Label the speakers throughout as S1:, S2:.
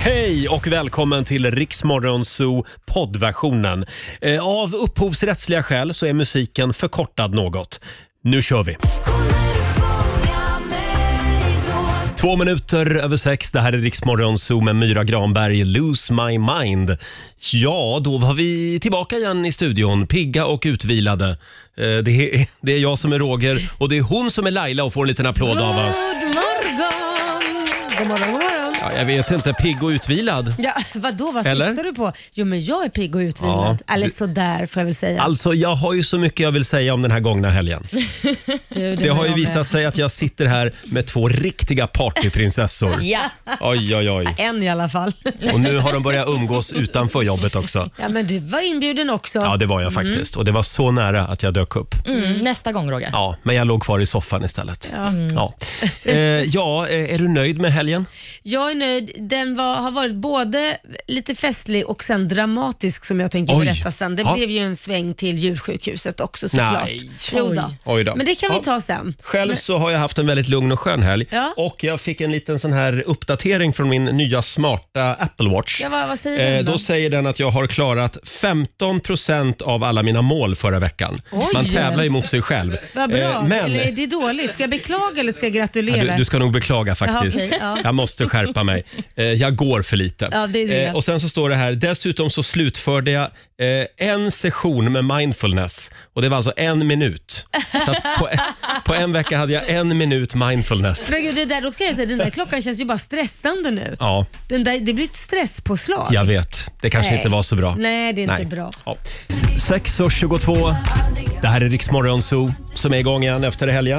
S1: Hej och välkommen till Riksmorgon Zoo poddversionen. Eh, Av upphovsrättsliga skäl så är musiken förkortad något. Nu kör vi! Två minuter över sex, det här är Riksmorgon Zoo med Myra Granberg, Lose My Mind. Ja, då var vi tillbaka igen i studion, pigga och utvilade. Eh, Det är, det är jag som är Roger och det är hon som är Laila och får en liten applåd av oss.
S2: God morgon! God morgon, god morgon.
S1: Ja, jag vet inte, pigg och utvilad.
S2: Ja, vadå, vad
S1: Eller?
S2: syftar du på? Jo, men jag är pigg och
S1: Ja,
S2: utvilad. Eller sådär får jag väl säga.
S1: Alltså jag har ju så mycket jag vill säga om den här gångna helgen.
S2: Du,
S1: Det har ju
S2: jag med.
S1: visat sig att jag sitter här med två riktiga partyprinsessor.
S3: Ja.
S1: Oj, oj, oj.
S2: En i alla fall.
S1: Och nu har de börjat umgås utanför jobbet också.
S2: Ja, Mm. men du var inbjuden också.
S1: Ja, det var jag faktiskt. Och det var så nära att jag dök upp.
S3: Mm, nästa gång Roger.
S1: Ja, men jag låg kvar i soffan istället.
S2: Mm.
S1: Ja, eh, ja eh, är du nöjd med helgen?
S2: Jag är nöjd. Den var, har varit både lite festlig och sen dramatisk som jag tänker
S1: Oj.
S2: berätta sen. Det
S1: Ja.
S2: blev ju en sväng till djursjukhuset också såklart.
S1: Nej.
S2: Jo då.
S3: Oj.
S1: Oj då.
S2: Men det kan
S1: Ja.
S2: vi ta sen.
S1: Själv så har jag haft en väldigt lugn och skön helg.
S2: Ja.
S1: Och jag fick en liten sån här uppdatering från min nya smarta Apple Watch.
S2: Ja, vad, vad säger
S1: Eh,
S2: du
S1: då
S2: då?
S1: säger den att jag har klarat 15 av alla mina mål förra veckan.
S2: Oj.
S1: Man tävlar ju mot sig själv.
S2: Vad bra.
S1: Eh, men
S2: Eller är det dåligt? Ska jag beklaga eller ska jag gratulera?
S1: Ja, du, du ska nog beklaga faktiskt.
S2: Jaha, okej, ja.
S1: Jag måste skärpa mig. Eh, jag går för lite. Eh,
S2: Ja, det är det.
S1: och sen så står det här, dessutom så slutförde jag eh, en session med mindfulness. Och det var alltså en minut. Så att på, på en vecka hade jag en minut mindfulness.
S2: Men gud, det där, då ska jag säga, den där klockan känns ju bara stressande nu.
S1: Ja,
S2: Den där, det blir ett stresspåslag.
S1: jag vet. Det kanske
S2: Nej.
S1: inte var så bra.
S2: Nej, det är inte bra.
S1: Ja. 6.22. Det här är Riksmorgon Zoo som är igång igen efter helgen.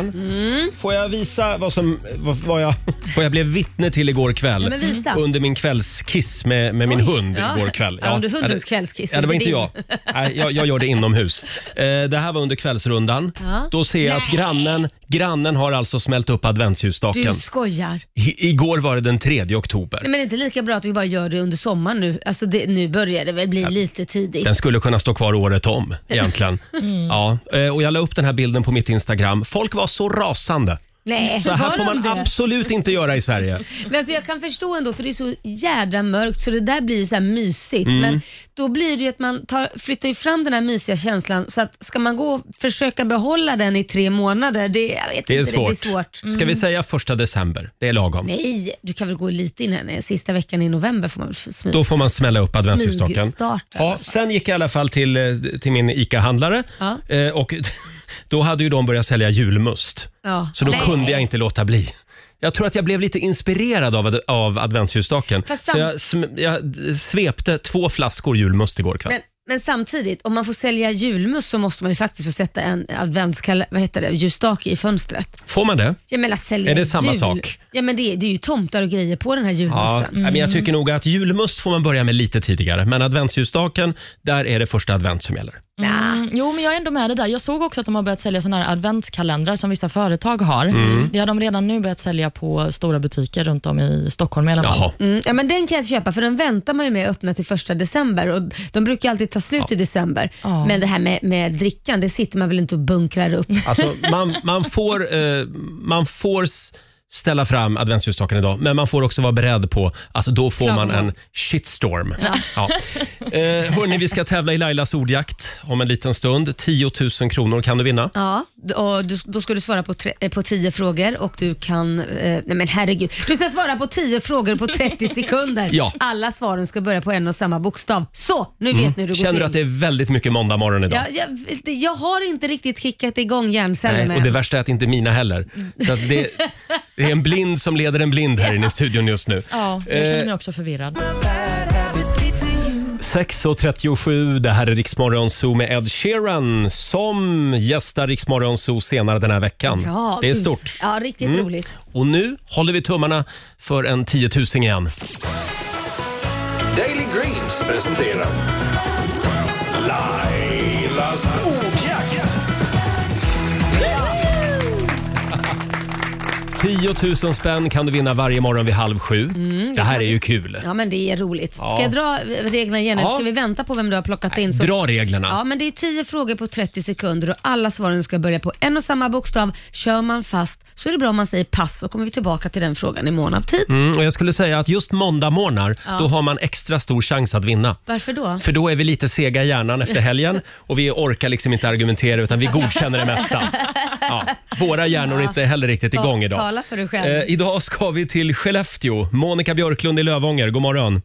S2: Mm.
S1: Får jag visa vad, som, vad, vad, jag, vad jag blev vittne till igår kväll? Mm.
S2: Ja, men visa.
S1: Under min kvällskiss med, med min
S2: Oj.
S1: hund
S2: Ja.
S1: igår kväll.
S2: Ja, under hundens
S1: det-
S2: kvällskiss,
S1: Ja, det var inte
S2: inte
S1: jag. Nej, jag. Jag gör det inomhus. Eh, det här var under kvällsrundan.
S2: Ja.
S1: Då ser jag att grannen, grannen har alltså smält upp
S2: Du
S1: adventsljusstaken.
S2: skojar.
S1: I, igår var det den 3 oktober.
S2: Nej, men det är inte lika bra att vi bara gör det under sommaren nu. Alltså det, nu börjar det väl bli lite tidigt.
S1: Den skulle kunna stå kvar året om egentligen.
S2: Mm.
S1: Ja, eh, och jag la upp den här bilden på mitt Instagram. Folk var så rasande.
S2: Nej,
S1: Så här
S2: var
S1: får
S2: de
S1: man
S2: det?
S1: absolut inte göra i Sverige.
S2: Men alltså jag kan förstå ändå för det är så jädra mörkt så det där blir ju så här mysigt.
S1: Mm.
S2: Men då blir det ju att man tar, flyttar ju fram den här mysiga känslan så att ska man gå och försöka behålla den i tre månader, det, jag vet
S1: Det är
S2: inte, det
S1: svårt.
S2: blir svårt. Mm.
S1: Ska vi säga första december? Det är lagom.
S2: Nej, du kan väl gå lite innan eh, sista veckan i november får man väl smita.
S1: Då får man smälla upp adventsljusstaken.
S2: Smygstarta.
S1: Ja, sen gick jag i alla fall till, eh, till min ICA-handlare
S2: Ja.
S1: Eh, och då hade ju de börjat sälja julmust.
S2: Ja.
S1: Så då
S2: Nej.
S1: kunde jag inte låta bli. Jag tror att jag blev lite inspirerad av, ad- av adventsljusstaken.
S2: Fast
S1: Så
S2: sam-
S1: jag, sm- jag d- svepte två flaskor julmust igår kväll.
S2: Men, men samtidigt, om man får sälja julmust så måste man ju faktiskt få sätta en adventskal- vad heter det, ljusstake i fönstret.
S1: Får man det?
S2: Jag menar att sälja
S1: Är det samma
S2: jul.
S1: sak?
S2: Ja, men det, är- det är ju tomtar och grejer på den här
S1: Ja,
S2: julmusten.
S1: men jag tycker nog att julmust får man börja med lite tidigare. Men adventsljusstaken, där är det första advent som gäller.
S2: Nah.
S3: Mm, jo, men jag är ändå med det där. Jag såg också att de har börjat sälja såna här adventskalendrar som vissa företag har. Det har de redan nu börjat sälja på stora butiker runt om i Stockholm i alla fall.
S1: Jaha.
S2: Mm, ja, men den kan jag köpa för den väntar man ju med att öppna till första december och de brukar ju alltid ta slut i december.
S3: Ja.
S2: Men det här med, med drickan, det sitter man väl inte och bunkrar upp?
S1: Alltså, man, man får, eh, man får s- ställa fram adventsljusstaken idag, men man får också vara beredd på att då får man en shitstorm. Ja. Eh, hörni, vi ska tävla i Lailas ordjakt om en liten stund. 10 000 kronor kan du vinna.
S2: Ja, och du, då ska du svara på, tre, eh, på tio frågor och du kan... Eh, nej men herregud. Du ska svara på tio frågor på 30 sekunder.
S1: Ja.
S2: Alla svaren ska börja på en och samma bokstav. Så, nu vet ni hur det går
S1: Mm. Känner
S2: till.
S1: du att det är väldigt mycket måndag morgon idag?
S2: Ja, jag, det- jag har inte riktigt kickat igång hjärncellerna
S1: Nej, och det
S2: än.
S1: värsta är att inte mina heller. Så att det, det är en blind som leder en blind här inne i studion just nu.
S3: Ja, jag känner
S1: Eh.
S3: mig också förvirrad.
S1: 6.37, det här är Riksmorgon Zoo med Ed Sheeran som gästar Riksmorgon Zoo senare den här veckan.
S2: Ja,
S1: det är
S2: gud.
S1: stort. Mm.
S2: Ja, riktigt roligt.
S1: Och nu håller vi tummarna för en 10 000 igen.
S4: Daily Greens presenterar Lailas ordjakt.
S1: 10 000 spänn kan du vinna varje morgon vid halv sju.
S2: Mm,
S1: det här är ju kul.
S2: Ja, men det är roligt. Ska
S1: Ja.
S2: jag dra reglerna igen? eller
S1: Ja.
S2: Ska vi vänta på vem du har plockat in? Så-
S1: Dra reglerna.
S2: Ja, men det är 10 frågor på 30 sekunder och alla svaren ska börja på en och samma bokstav. Kör man fast så är det bra om man säger pass så kommer vi tillbaka till den frågan i mån av tid.
S1: Mm, och jag skulle säga att just måndagmorgnar, då har man extra stor chans att vinna.
S2: Varför då?
S1: För då är vi lite sega i hjärnan efter helgen och vi orkar liksom inte argumentera utan vi godkänner det mesta. Ja, våra hjärnor är inte heller riktigt igång idag.
S2: Tala för dig själv.
S1: Eh, idag ska vi till Skellefteå. Monica Björklund i Lövånger, god morgon.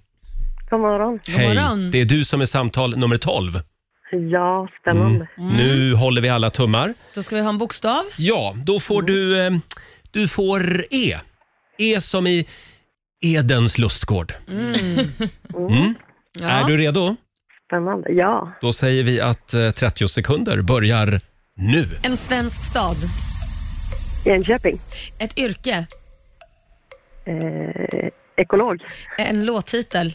S5: God morgon.
S2: God morgon.
S1: det är du som är samtal nummer 12.
S5: Ja, spännande.
S2: Mm.
S1: Nu håller vi alla tummar.
S2: Då ska vi ha en bokstav.
S1: Ja, då får
S2: Mm.
S1: du, eh, du får E. E som i Edens lustgård.
S2: Ja.
S1: Är du redo?
S5: Spännande. Ja,
S1: Då säger vi att eh, 30 sekunder börjar nu.
S2: En svensk stad.
S5: Enköping.
S2: Ett yrke.
S5: Eh, ekolog.
S2: En låttitel.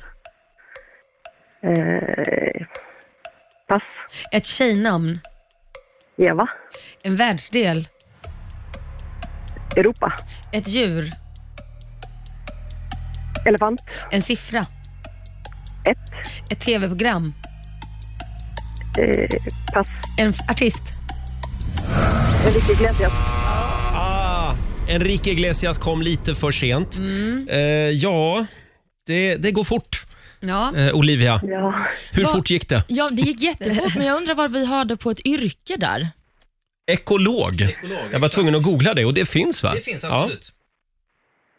S5: Eh, pass.
S2: Ett tjejnamn.
S5: Eva.
S2: En världsdel.
S5: Europa.
S2: Ett djur.
S5: Elefant.
S2: En siffra.
S5: Ett.
S2: Ett tv-program.
S5: Eh, pass.
S2: En f- artist.
S5: Enrique Iglesias.
S1: Ah, Enrique Iglesias kom lite för sent.
S2: Mm.
S1: Eh, ja, det, det går fort.
S2: Ja.
S1: Eh, Olivia,
S5: Ja.
S1: hur
S3: Vad-
S1: fort gick det?
S3: Ja, det gick jättefort, men jag undrar vad vi hörde på ett yrke där.
S1: Ekolog. Jag var
S6: exakt.
S1: tvungen att googla det och det finns va?
S6: Det finns absolut.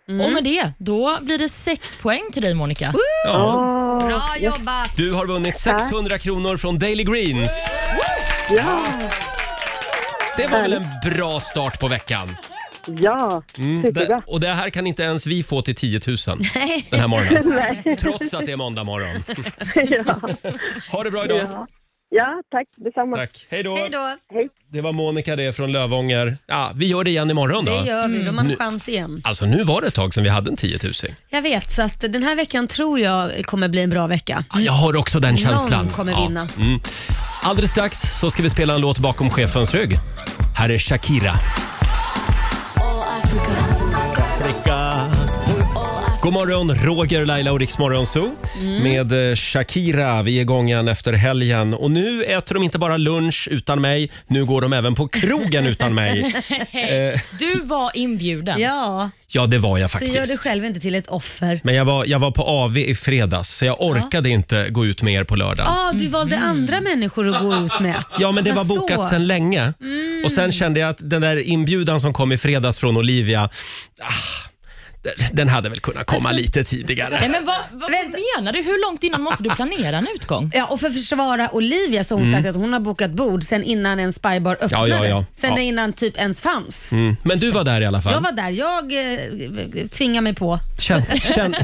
S3: Och med det, då blir det sex poäng till dig, Monica.
S1: Ja. Ja.
S5: Åh,
S2: Bra jobbat!
S1: Du har vunnit 600 kronor från Daily Greens.
S5: ja.
S1: Det var väl en bra start på veckan? Mm.
S5: Ja.
S1: Det,
S5: Superbra.
S1: och det här kan inte ens vi få till 10 000 den här morgonen. Trots att det är måndag morgon.
S5: ja.
S1: Ha det bra idag.
S5: ja. Ja, tack. Detsamma.
S1: Tack. Hej då.
S2: Hej då!
S1: Det var Monica det från Lövånger. Ja, vi gör det igen imorgon
S2: Det
S1: då.
S2: gör vi, då har man en chans igen.
S1: Alltså nu var det ett tag sedan vi hade en 10 000.
S2: Jag vet, så att den här veckan tror jag kommer bli en bra vecka.
S1: Ja, Jag har också den känslan.
S2: Någon kommer
S1: Ja.
S2: vinna.
S1: Mm. Alldeles strax så ska vi spela en låt bakom chefens rygg. Här är Shakira. Afrika. God morgon, Roger, Laila och Riksmorgon Zoo
S2: Mm.
S1: med eh, Shakira. Vi är igång igen efter helgen och nu äter de inte bara lunch utan mig, nu går de även på krogen utan mig.
S3: Hej. Du var inbjuden.
S2: Ja,
S1: Ja, det var jag
S2: så
S1: faktiskt.
S2: gör dig själv inte till ett offer.
S1: Men jag var, jag var på AV i fredags så jag orkade inte gå ut med er på lördagen.
S2: Ja, ah, du valde andra människor att gå ut med.
S1: Ja, men det var
S2: så. Mm.
S1: bokat sedan länge. Och sen kände jag att den där inbjudan som kom i fredags från Olivia, ah, den- den hade väl kunnat komma lite tidigare.
S3: Nej, men vad, vad
S2: Vänta.
S3: menar du? Hur långt innan måste du planera en utgång?
S2: Ja, och för att försvara Olivia så har hon sagt att hon har bokat bord sen innan en spybar öppnade.
S1: Mm. Ja, ja, ja.
S2: Sen
S1: Ja.
S2: innan typ ens fanns.
S1: Mm. Men du var där i alla
S2: Jag
S1: fall.
S2: var där, jag eh, tvingade mig på.
S1: Känn, känn,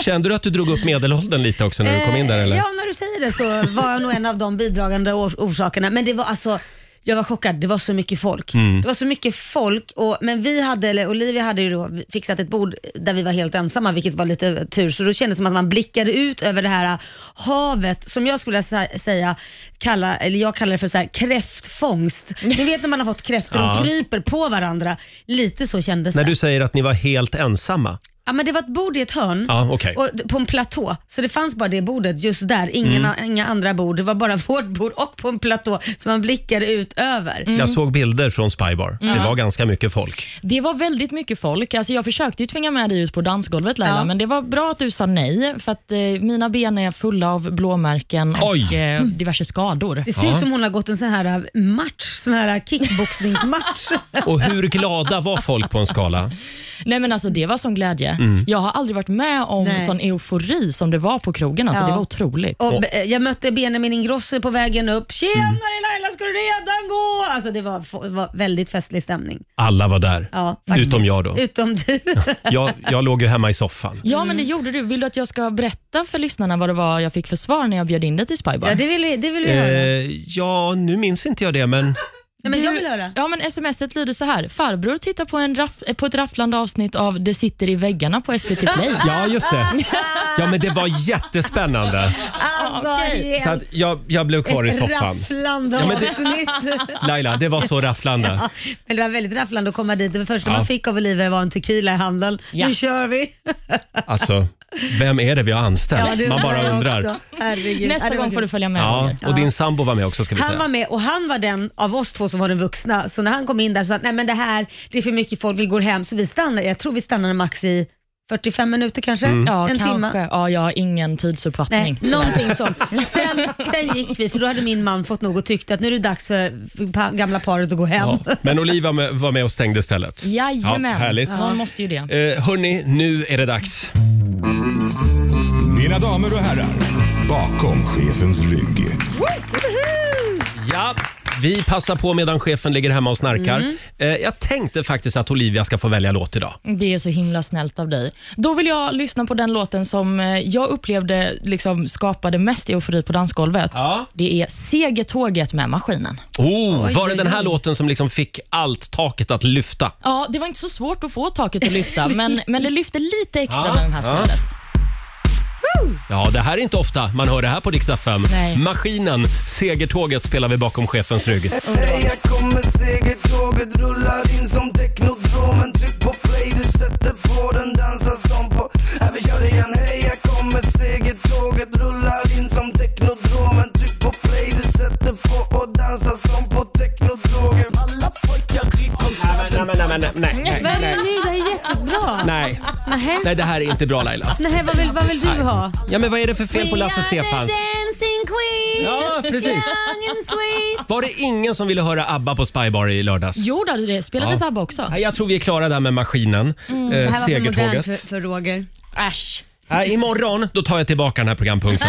S1: kände du att du drog upp medelåldern lite också när du kom in där? Eller?
S2: Eh, Ja, när du säger det så var jag nog en av de bidragande or- orsakerna. Men det var alltså, jag var chockad. Det var så mycket folk.
S1: Mm.
S2: Det var så mycket folk, och, men vi hade, eller Olivia hade ju då fixat ett bord där vi var helt ensamma, vilket var lite tur. Så då kändes det som att man blickade ut över det här havet, som jag skulle sä- säga, kalla, eller jag kallar det för så här, kräftfångst. Ni vet när man har fått kräftor och
S1: Ja.
S2: kryper på varandra. Lite så kändes
S1: När
S2: det.
S1: du säger att ni var helt ensamma.
S2: Ja, men det var ett bord i ett hörn
S1: Ja, okej.
S2: och d- på en platå. Så det fanns bara det bordet just där. Ingen,
S1: Mm.
S2: a- Inga andra bord. Det var bara vårt bord och på en platå som man blickade ut över.
S1: Jag såg bilder från Spybar.
S2: Mm.
S1: Det var ganska mycket folk.
S3: Det var väldigt mycket folk. Alltså, jag försökte ju tvinga med dig ut på dansgolvet, Laila,
S2: Ja.
S3: men det var bra att du sa nej, för att eh, mina ben är fulla av blåmärken och
S1: Oj.
S3: eh, diverse skador.
S2: Det ser ut
S1: Ja.
S2: som hon har gått en sån här äh, match, sån här kickboxningsmatch.
S1: Och hur glada var folk på en skala?
S3: Nej men alltså Det var sån glädje. Jag har aldrig varit med om
S2: Mm. Nej.
S3: sån eufori som det var på krogen. Alltså,
S2: Ja.
S3: Det var otroligt.
S2: och b- jag mötte Benjamin Ingrosso på vägen upp.
S1: Mm.
S2: “Tjenare Laila, ska du redan gå?” Alltså det var, f- var väldigt festlig stämning.
S1: Alla var där.
S2: Ja, faktiskt.
S1: Utom jag då.
S2: Utom du.
S1: Jag, jag låg ju hemma i soffan.
S3: Ja, men det
S2: Mm.
S3: gjorde du. Vill du att jag ska berätta för lyssnarna vad det var jag fick för svar när jag bjöd in dig till Spybar?
S2: ja, det vill vi, det vill vi
S1: Eh,
S2: höra.
S1: ja, nu minns inte jag det, men
S2: Nej, men jag
S3: Du-
S2: vill höra.
S3: Ja, men smset lyder så här. Farbror tittar på, en raff, eh, på ett rafflande avsnitt av Det sitter i väggarna på SVT Play.
S1: Ja, just det. Ja, men det var jättespännande.
S2: Alltså,
S3: okej.
S2: helt
S1: Så att jag, jag blev kvar i soffan.
S2: rafflande
S1: Ja, men det-
S2: avsnitt.
S1: Laila, det var så rafflande.
S2: Ja, men det var väldigt rafflande att komma dit. Det första
S1: Ja.
S2: man fick av Olivia var en tequila i handen.
S3: Ja.
S2: Nu kör vi!
S1: Alltså, vem är det vi har
S2: Ja,
S1: anställt?
S2: det
S1: Man
S2: undrar
S1: bara
S2: jag
S1: undrar.
S2: också. Herregud. Ja,
S3: Nästa
S2: det var
S3: gång får
S2: kul.
S3: du följa med.
S1: Ja,
S3: Roger.
S1: och din sambo var med också ska vi
S2: Han var
S1: säga.
S2: med och han var den av oss två som var den vuxna. Så när han kom in där sa han, nej men det här, det är för mycket folk, vi går hem. Så vi stannade, jag tror vi stannade max i 45 minuter kanske,
S1: Mm.
S3: Ja,
S2: en
S3: kanske.
S2: timme.
S3: Ja, jag har ingen
S2: Nej,
S3: tidsuppfattning.
S2: någonting sånt. Sen, sen gick vi, för då hade min man fått nog och tyckte att nu är det dags för för pa- gamla paret att gå hem.
S1: Ja. Men Oliva med- var med och stängde stället.
S3: Jajamän.
S1: Ja, härligt.
S3: Man måste ju det.
S1: Eh, hörni, nu är det dags.
S4: Mina damer och herrar, bakom chefens rygg.
S1: Ja, vi passar på medan chefen ligger hemma och snarkar.
S2: Mm.
S1: Eh, jag tänkte faktiskt att Olivia ska få välja låt idag.
S3: Det är så himla snällt av dig. Då vill jag lyssna på den låten som eh, jag upplevde liksom skapade mest eufori på dansgolvet.
S1: Ja.
S3: Det är Segertåget med Maskinen.
S1: Oh, var det
S2: oj,
S1: den här
S2: oj.
S1: låten som liksom fick allt taket att lyfta?
S3: Ja, det var inte så svårt att få taket att lyfta, men, men det lyfte lite extra
S1: Ja,
S3: när den här
S1: ja.
S3: spelades.
S1: Ja, det här är inte ofta man hör det här på Rix FM.
S3: Nej.
S1: Maskinen, segertåget spelar vi bakom chefens rygg.
S6: Heja kommer segertåget rullar in som teknodromen Tryck på play, du sätter på den, dansar som på Här vi kör igen Heja kommer segertåget rullar in som teknodromen Tryck på play, du sätter på och dansar som på teknodroger Alla pojkar i konserten
S1: Nej, nej, nej, nej,
S2: Men nu, det här är jättebra.
S1: nej.
S2: Nähä.
S1: Nej, det här är inte bra Laila.
S2: Nähä, vad vill, vad vill du ha?
S1: Ja, men vad är det för fel på
S2: We
S1: Lasse
S2: are the
S1: Stefans?
S2: dancing queen.
S1: Ja, precis.
S2: Young and sweet.
S1: Var det ingen som ville höra ABBA på Spybar i lördags?
S3: Jo, då, det spelades
S1: Ja.
S3: ABBA också.
S1: Nej, jag tror vi är klara där med maskinen.
S2: Mm, Det
S1: Eh,
S2: här var för modernt
S1: segertåget.
S2: för, för Roger.
S3: Äsch.
S1: Nej, imorgon då tar jag tillbaka den här programpunkten.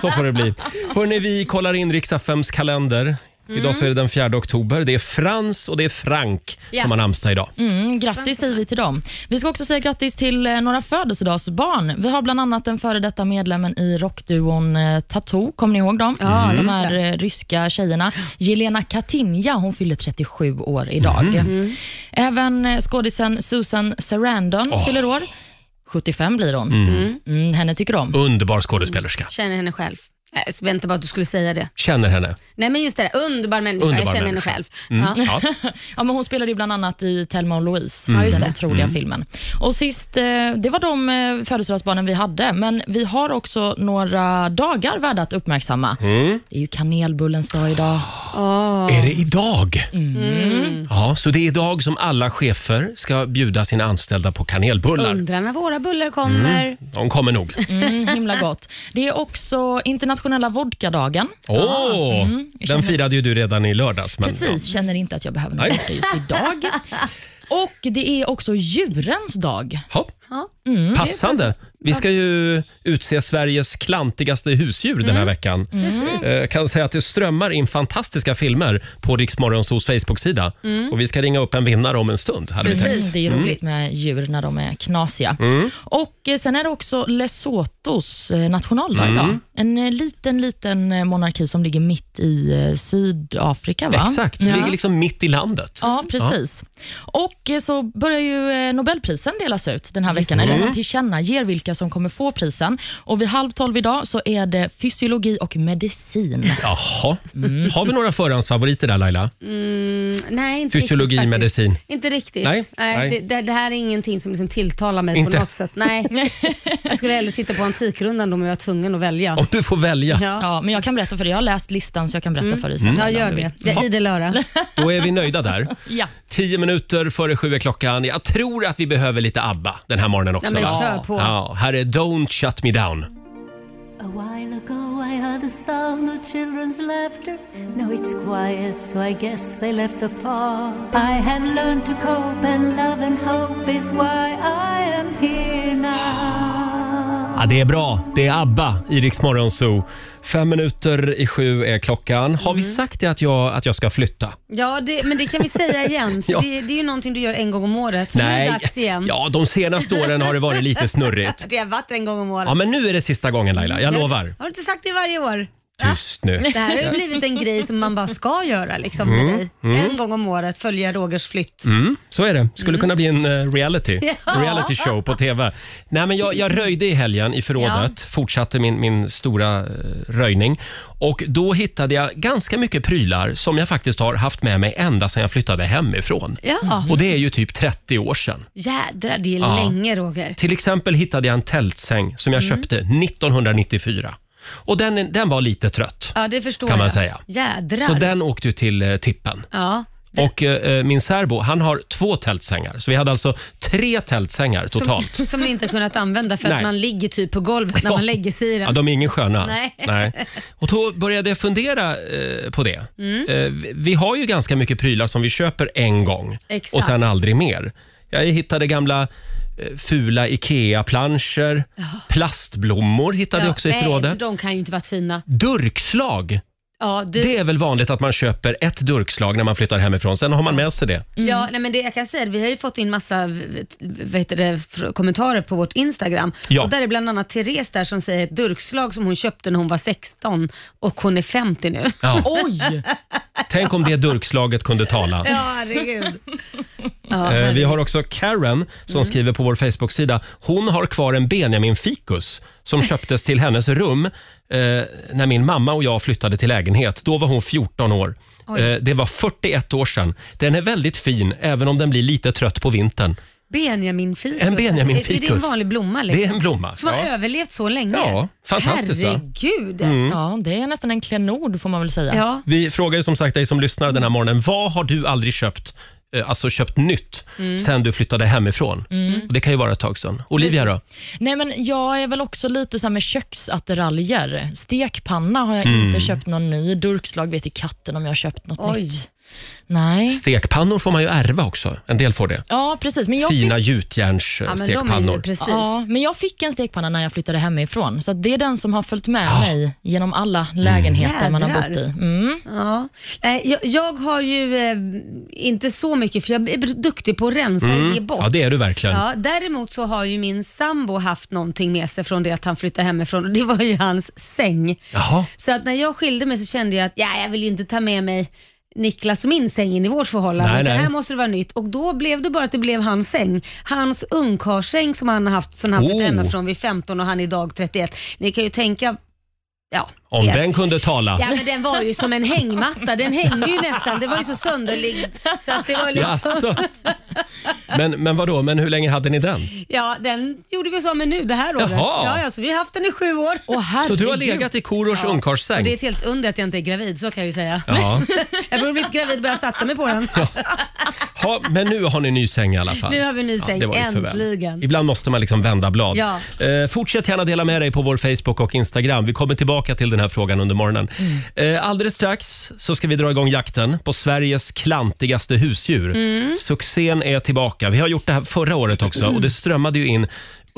S1: Så får det bli. Hörrni, vi kollar in riks FMs kalender. Idag så är det den 4 oktober. Det är Frans och det är Frank
S2: Mm. Ja.
S1: som har namnsdag idag.
S3: Mm, grattis säger vi till dem. Vi ska också säga grattis till eh, några födelsedagsbarn. Vi har bland annat den före detta medlemmen i rockduon eh, Tattoo. Kommer ni ihåg dem? Ja, De här eh, ryska tjejerna. Jelena Katinja, hon fyller 37 år idag. Även eh, skådisen Susan Sarandon fyller år. 75 blir hon. Mm. henne tycker de om.
S1: Underbar skådespelerska.
S2: Känner henne själv. Jag väntade bara att du skulle säga det.
S1: Känner henne.
S2: Nej men just det, där, underbar människa.
S1: Underbar
S2: jag känner
S1: människa.
S2: henne själv.
S1: Mm.
S2: Ja.
S1: Ja.
S3: Ja, men hon spelade ju bland annat i Thelma och Louise, den otroliga filmen. Och sist, eh, det var de eh, födelsedagsbarnen vi hade, men vi har också några dagar värda att uppmärksamma. Det är ju kanelbullens dag idag.
S1: Är det idag?
S3: Mm.
S1: Ja, så det är idag som alla chefer ska bjuda sina anställda på kanelbullar.
S2: Undrar när våra bullar kommer.
S1: De kommer nog.
S3: Mm, himla gott. Det är också internationella vodkadagen.
S1: Åh, den
S3: Mm, känner-
S1: firade ju du redan i lördags. men-
S3: Precis, känner inte att jag behöver något
S1: Nej.
S3: vodka just idag. Och det är också djurens dag.
S1: Ja. Mm,
S3: Mm.
S1: Passande. Vi ska ju utse Sveriges klantigaste husdjur den här
S3: Mm.
S1: veckan. Eh, kan säga att det strömmar in fantastiska filmer på Riksmorgonsos Facebook-sida. Och vi ska ringa upp en vinnare om en stund. Hade vi tänkt.
S3: Mm, Det är roligt med djur när de är knasiga. Och eh, Sen är det också Lesothos eh, nationaldag idag. En eh, liten, liten eh, monarki som ligger mitt i eh, Sydafrika. Va?
S1: Exakt,
S3: Ja.
S1: ligger liksom mitt i landet.
S3: Ja, precis. Och eh, så börjar ju eh, Nobelprisen delas ut den här veckan, eller man tillkännager vilka som kommer få prisen. Och Vid halv tolv idag så är det fysiologi och medicin.
S1: Jaha. Har vi några förhandsfavoriter där Laila?
S2: Mm. Nej, inte
S1: Fysiologi,
S2: riktigt, faktiskt.
S1: medicin.
S2: Inte riktigt.
S1: Nej,
S2: Nej,
S1: nej.
S2: Det, det, det här är ingenting som liksom tilltalar mig
S1: Inte.
S2: på något sätt. Nej. Jag skulle hellre titta på Antikrundan då, men jag var tvungen att välja.
S1: Om du får välja.
S2: Ja,
S3: Ja, men Jag kan berätta för dig, jag har läst listan så jag kan berätta för dig sen.
S2: Mm. ja
S3: om du
S2: gör
S3: vill.
S2: det. det är idel öra.
S1: Då är vi nöjda där.
S3: Ja.
S1: Tio minuter före sju är klockan. Jag tror att vi behöver lite ABBA den här morgonen
S2: Ja,
S1: också.
S2: men
S1: va?
S2: kör på.
S1: Ja, här är Don't Shut Me Down.
S7: A while ago I heard the sound of children's laughter. Now it's quiet, so I guess they left the park. I have learned to cope, and love and hope is why I am here now.
S1: Ja, det är bra. Det är ABBA i Rix Morgon Zoo. Fem minuter i sju är klockan. Har
S2: Mm.
S1: vi sagt det att jag, att jag ska flytta?
S2: Ja, det, men det kan vi säga igen. För
S1: Ja.
S2: det, det är ju någonting du gör en gång om året. Så nu är det dags igen.
S1: Ja, de senaste åren har det varit lite snurrigt.
S2: Det har varit en gång om året.
S1: Ja, men nu är det sista gången Laila. Jag lovar.
S2: Har du inte sagt det varje år?
S1: Tyst nu.
S2: Det här har ju blivit en grej som man bara ska göra liksom, med
S7: Mm,
S2: dig. En gång om året följa Rogers flytt.
S1: Mm, så är det. Skulle kunna bli en eh, reality.
S2: Ja.
S1: reality show på TV. Nej, men jag, jag röjde i helgen i förrådet, fortsatte min, min stora eh, röjning. Och då hittade jag ganska mycket prylar som jag faktiskt har haft med mig ända sedan jag flyttade hemifrån.
S2: Ja,
S1: Och det är ju typ 30 år sedan.
S2: jädrar det är länge Roger.
S1: Till exempel hittade jag en tältsäng som jag
S2: Mm.
S1: köpte 1994. Och den, den var lite trött.
S2: Ja, det förstår
S1: Kan man
S2: jag.
S1: säga.
S2: Jädrar.
S1: Så den åkte ju till eh, tippen.
S2: Ja, det-
S1: Och eh, min särbo, han har två tältsängar. Så vi hade alltså tre tältsängar totalt.
S2: Som, som ni inte kunnat använda för att
S1: Nej.
S2: man ligger typ på golvet när
S1: Ja.
S2: man lägger sig i
S1: Ja,
S2: den.
S1: de är ingen sköna.
S2: Nej.
S1: Och då började jag fundera eh, på det.
S2: Mm.
S1: Eh, vi, vi har ju ganska mycket prylar som vi köper en gång
S2: Exakt.
S1: och sen aldrig mer. Jag hittade gamla eh, fula IKEA-planscher, plastblommor hittade jag också i
S2: nej,
S1: förrådet.
S2: De kan ju inte varit fina.
S1: Durkslag,
S2: Ja, du,
S1: det är väl vanligt att man köper ett durkslag när man flyttar hemifrån, sen har man med sig det.
S2: Ja, nej men det, jag kan säga att vi har ju fått in massa v- v- vad heter det, fr- kommentarer på vårt Instagram.
S1: Ja.
S2: Och där är bland annat Therese där som säger ett durkslag som hon köpte när hon var 16 och hon är 50 nu.
S1: Ja.
S3: Oj!
S1: Tänk om det durkslaget kunde tala.
S2: Ja, herregud.
S1: Eh, Vi har också Karen
S2: Mm.
S1: som skriver på vår Facebook-sida. Hon har kvar en Benjamin-fikus som köptes till hennes rum eh, när min mamma och jag flyttade till lägenhet. Då var hon 14 år. Eh, det var 41 år sedan. Den är väldigt fin, även om den blir lite trött på vintern.
S2: Benjamin fikus.
S1: En Benjamin
S2: Är, är det en
S1: fikus.
S2: vanlig blomma? Liksom?
S1: Det är en blomma,
S2: Som har
S1: ja.
S2: överlevt så länge?
S1: Ja, fantastiskt, va? Mm.
S2: Herregud.
S3: Ja, det är nästan en klenod får man väl säga.
S2: Ja.
S1: Vi frågar ju som sagt dig som lyssnar
S2: Mm.
S1: den här morgonen. Vad har du aldrig köpt? eh, Alltså köpt nytt
S2: Mm.
S1: sen du flyttade hemifrån. Och det kan ju vara ett tag sedan. Olivia då?
S3: Nej, men jag är väl också lite så här med köksattiraljer. Stekpanna har jag inte köpt någon ny. Durkslag vet i katten om jag har köpt
S1: Mm.
S3: något
S2: Oj.
S3: nytt. Nej.
S1: Stekpannor får man ju ärva också. En del får det.
S3: Ja, precis. Men jag
S1: Fina
S3: fick,
S2: Ja, men de är
S1: gjutjärnsstekpannor.
S2: ju precis.
S3: ja, men jag fick en stekpanna när jag flyttade hemifrån, så att det är den som har följt med mig genom alla lägenheter man har
S2: Jädrar.
S3: bott i. Mm.
S2: Ja. Nej, jag, jag har ju eh, inte så mycket för jag är duktig på att rensa och ge bort.
S1: Mm. Ja, det är du verkligen.
S2: Ja, däremot så har ju min sambo haft någonting med sig från det att han flyttade hemifrån och det var ju hans säng.
S1: Jaha.
S2: Så att när jag skilde mig så kände jag att ja, jag vill ju inte ta med mig Niklas och min säng in i vårt förhållande.
S1: Nej,
S2: utan
S1: nej.
S2: Här måste det vara nytt och då blev det bara att det blev hans säng. Hans ungkarlsäng som han har haft sedan han flyttade
S1: Oh.
S2: hemifrån vid 15 och han är idag 31. Ni kan ju tänka, ja.
S1: Om
S2: er-
S1: den kunde tala.
S2: Ja men den var ju som en hängmatta, den hängde ju nästan. Det var ju så sönderlig så att det var liksom...
S1: Jaså? Men, men vadå, men hur länge hade ni den?
S2: Ja, den gjorde vi oss av med nu det här året.
S1: Jaha.
S2: Ja, ja, så vi har haft den i sju år.
S3: Åh,
S1: Så du har
S3: herregud.
S1: legat i Korosh
S2: Och det är
S1: ungkarlssäng?
S2: ett helt under att jag inte är gravid, så kan jag ju säga.
S1: Ja.
S2: Jag borde blivit gravid bara jag satte mig på den.
S1: Ha, men nu har ni ny säng i alla fall.
S2: Nu har vi ny säng,
S1: det var ju för väl.
S2: äntligen.
S1: Ibland måste man liksom vända blad.
S2: Ja.
S1: Eh, fortsätt gärna dela med dig på vår Facebook och Instagram. Vi kommer tillbaka till den här frågan under morgonen.
S2: Mm.
S1: Eh, alldeles strax så ska vi dra igång jakten på Sveriges klantigaste husdjur.
S2: Mm.
S1: Succén är tillbaka. Vi har gjort det här förra året också och det strömmade ju in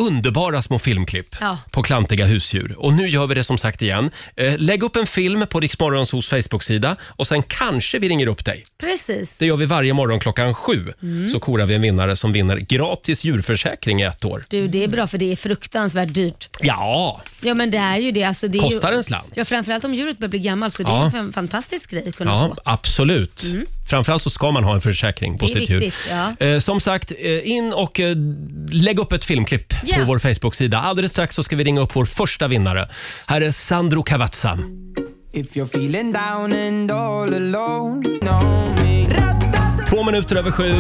S1: underbara små filmklipp
S2: Ja.
S1: på klantiga husdjur. Och nu gör vi det som sagt igen. Eh, lägg upp en film på Riksmorgonsos Facebook-sida och sen kanske vi ringer upp dig.
S2: Precis.
S1: Det gör vi varje morgon klockan sju.
S2: Mm.
S1: Så korar vi en vinnare som vinner gratis djurförsäkring i ett år.
S2: Du, det är bra för det är fruktansvärt dyrt.
S1: Ja,
S2: Ja, men det är ju det. Alltså, det är
S1: Kostar
S2: ju,
S1: en slant.
S2: Ja, framförallt om djuret börjar bli gammalt så det
S1: Ja.
S2: är en fantastisk grej att kunna
S1: ja
S2: få.
S1: absolut. Framförallt så ska man ha en försäkring på
S2: Mm. Det är
S1: sitt
S2: viktigt,
S1: djur. Eh, Som sagt, eh, in och eh, lägg upp ett filmklipp
S2: Ja.
S1: på vår Facebook-sida. Alldeles strax så ska vi ringa upp vår första vinnare. Här är Sandro Cavazza.
S8: If you're feeling down and all alone, know me.
S1: Två minuter över sju,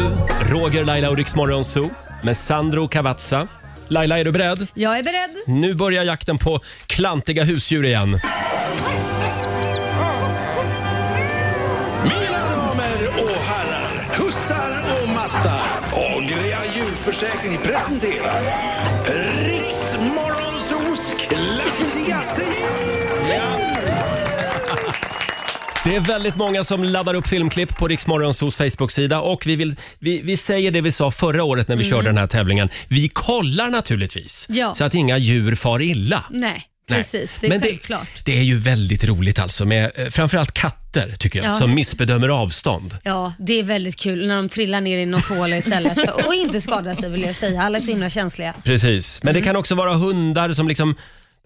S1: Roger, Laila och Riksmorgon Zoo med Sandro Cavazza. Laila, är du beredd?
S2: Jag är beredd.
S1: Nu börjar jakten på klantiga husdjur igen.
S4: Mina damer och herrar, hussar och mattar. Agria djurförsäkring presenterar Riksmorgonsols klantigaste
S1: Det är väldigt många som laddar upp filmklipp på Riksmorgonsos Facebook-sida och vi, vill, vi, vi säger det vi sa förra året när vi körde den här tävlingen. Vi kollar naturligtvis
S2: Mm. Ja.
S1: så att inga djur far illa.
S2: Nej,
S1: Nej.
S2: precis. Det är
S1: Men
S2: självklart.
S1: Det, det är ju väldigt roligt alltså med eh, framförallt katter tycker jag
S2: Ja.
S1: som missbedömer avstånd.
S2: Ja, det är väldigt kul när de trillar ner i något hål istället. Och inte skadar sig vill jag säga. Alla är så himla känsliga.
S1: Precis, men det kan också vara hundar som liksom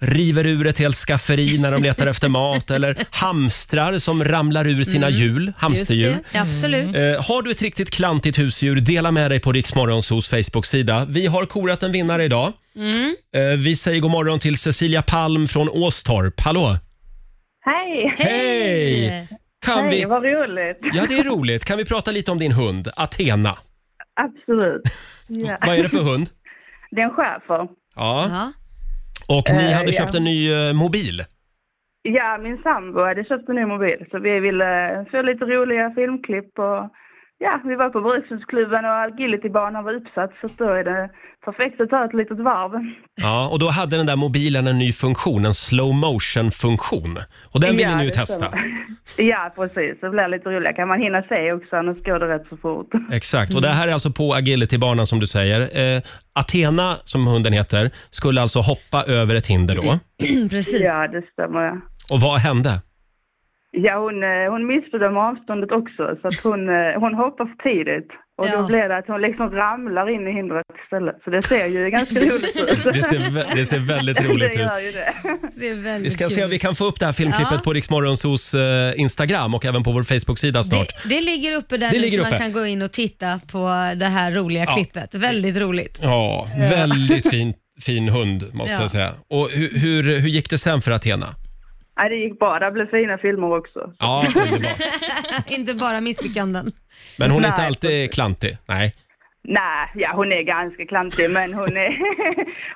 S1: river ur ett helt skafferi när de letar efter mat eller hamstrar som ramlar ur sina hjul,
S2: Mm, Just det.
S1: hamsterdjul.
S2: Ja, absolut.
S1: Eh, har du ett riktigt klantigt husdjur, dela med dig på Riksmorgons hos Facebook-sida. Vi har korat en vinnare idag. Eh, vi säger god morgon till Cecilia Palm från Åstorp. Hallå!
S5: Hej!
S2: Eh,
S1: Hej! Kan vi...
S5: Hej, vad roligt.
S1: Ja, det är roligt. Kan vi prata lite om din hund, Athena?
S5: Absolut. Ja.
S1: Vad är det för hund?
S5: Det är en schäfer.
S1: Ja.
S2: Ja.
S1: Och ni
S5: Eh,
S1: hade
S5: ja.
S1: köpt en ny eh, mobil.
S5: Ja, min sambo hade köpt en ny mobil så vi ville eh, få lite roliga filmklipp och ja, vi var på Brukshundsklubben och agilitybanan var uppsatt så då är det perfekt att ta ett litet varv.
S1: Ja, och då hade den där mobilen en ny funktion, en slow motion funktion Och den ville
S5: ja,
S1: ni ju
S5: det
S1: testa.
S5: stämmer. Ja, precis. Det blir lite roligare. Kan man hinna se också, annars går det rätt så fort.
S1: Exakt, och det här är alltså på agilitybanan som du säger. Eh, Athena, som hunden heter, skulle alltså hoppa över ett hinder då.
S2: Precis.
S5: Ja, det stämmer. ja.
S1: Och vad hände?
S5: Ja, hon, eh, hon missbedömer avståndet också så att hon, eh, hon hoppar för tidigt. Och
S2: Ja.
S5: då blir det att hon liksom ramlar in i hindret istället. Så det ser ju ganska roligt ut.
S1: Det ser, vä- det ser väldigt roligt
S5: det
S1: ut.
S5: gör ju det.
S2: Det är väldigt
S1: Vi ska se
S2: kul.
S1: om vi kan få upp det här filmklippet
S2: Ja.
S1: på Riksmorgonsos eh, Instagram och även på vår Facebook-sida
S2: det,
S1: snart.
S2: det ligger uppe där
S1: Det
S2: nu
S1: ligger
S2: så
S1: uppe.
S2: man kan gå in och titta på det här roliga klippet. Väldigt roligt.
S1: Ja, väldigt fin, fin hund måste
S2: Ja.
S1: jag säga. Och hur, hur, hur gick det sen för Athena?
S5: Nej, det gick bra. Det blev fina filmer också.
S1: Ja, underbart.
S2: Inte bara misslyckanden.
S1: Men hon är inte
S5: Nej,
S1: alltid klantig. Nej.
S5: Nej, ja hon är ganska klantig men hon är,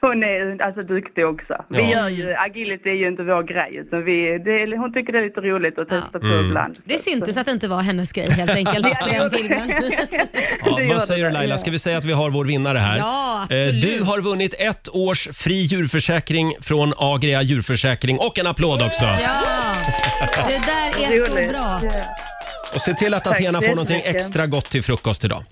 S5: hon är alltså duktig också. Vi
S1: Ja.
S5: gör ju, agility är ju inte vår grej utan vi, det är, hon tycker det är lite roligt att testa på
S1: Mm.
S5: ibland.
S2: Det syntes att det inte var hennes grej helt enkelt,
S5: Ja, det
S2: den
S5: gör det.
S2: filmen.
S1: Ja,
S5: Det gör
S1: vad
S5: det.
S1: säger du Laila, ska vi säga att vi har vår vinnare här?
S2: Ja,
S1: Eh,
S2: absolut.
S1: Du har vunnit ett års fri djurförsäkring från Agria djurförsäkring och en applåd också.
S2: Ja, det där är så
S5: Roligt.
S2: bra.
S1: Och se till att Athena får
S5: så
S1: någonting
S5: mycket.
S1: extra gott till frukost idag.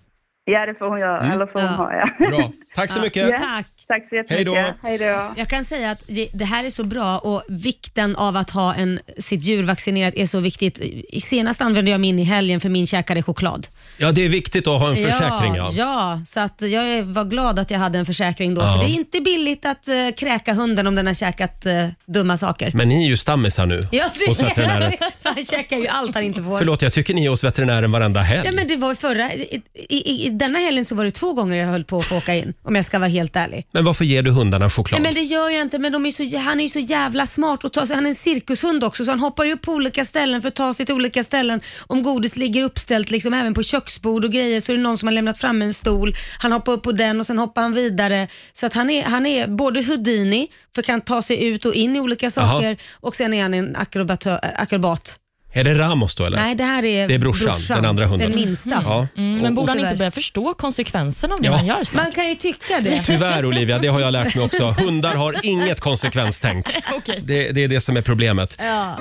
S5: Ja, det får hon göra, eller får hon
S2: Ja.
S5: ha ja.
S1: Mm. Bra, tack så mycket.
S5: Ja.
S2: Tack.
S5: Tack så
S1: Hej
S5: jättemycket.
S1: då.
S5: Hej då.
S2: Jag kan säga att det- det här är så bra och vikten av att ha en, sitt djur vaccinerat är så viktigt. Senast använde jag min i helgen för min käkade choklad.
S1: Ja, det är viktigt att ha en försäkring.
S2: Ja,
S1: Ja.
S2: ja, så att jag var glad att jag hade en försäkring då.
S1: Ja.
S2: För det är inte billigt att eh, kräka hunden om den har käkat eh, dumma saker.
S1: Men ni är ju stammisar nu
S2: ja, det
S1: hos veterinären.
S2: För han käkar ju allt han inte får.
S1: Förlåt, jag tycker ni är hos veterinären varenda helg.
S2: Ja, men det var förra, i, i, I denna helgen så var det två gånger jag höll på att få åka in om jag ska vara helt ärlig.
S1: Men varför ger du hundarna choklad?
S2: Nej, men det gör jag inte, men de är så, han är ju så jävla smart och tar sig, han är en cirkushund också så han hoppar ju upp på olika ställen för att ta sig till olika ställen. Om godis ligger uppställt liksom, även på köksbord och grejer så är det någon som har lämnat fram en stol. Han hoppar upp på den och sen hoppar han vidare. Så att han, är, han är både Houdini, för kan ta sig ut och in i olika saker och sen är han en akrobatö- akrobat.
S1: Är det Ramos då eller?
S2: Nej, det här är,
S1: Det är brorsan, den andra hunden.
S2: Den minsta.
S1: Ja.
S3: Mm, men borde han
S2: tyvärr.
S3: inte börja förstå konsekvensen av det
S1: Ja.
S3: han gör snart?
S2: Man kan ju tycka det.
S1: Tyvärr Olivia, det har jag lärt mig också. Hundar har inget konsekvenstänk.
S3: Okej.
S1: Det, det är det som är problemet.
S2: Ja.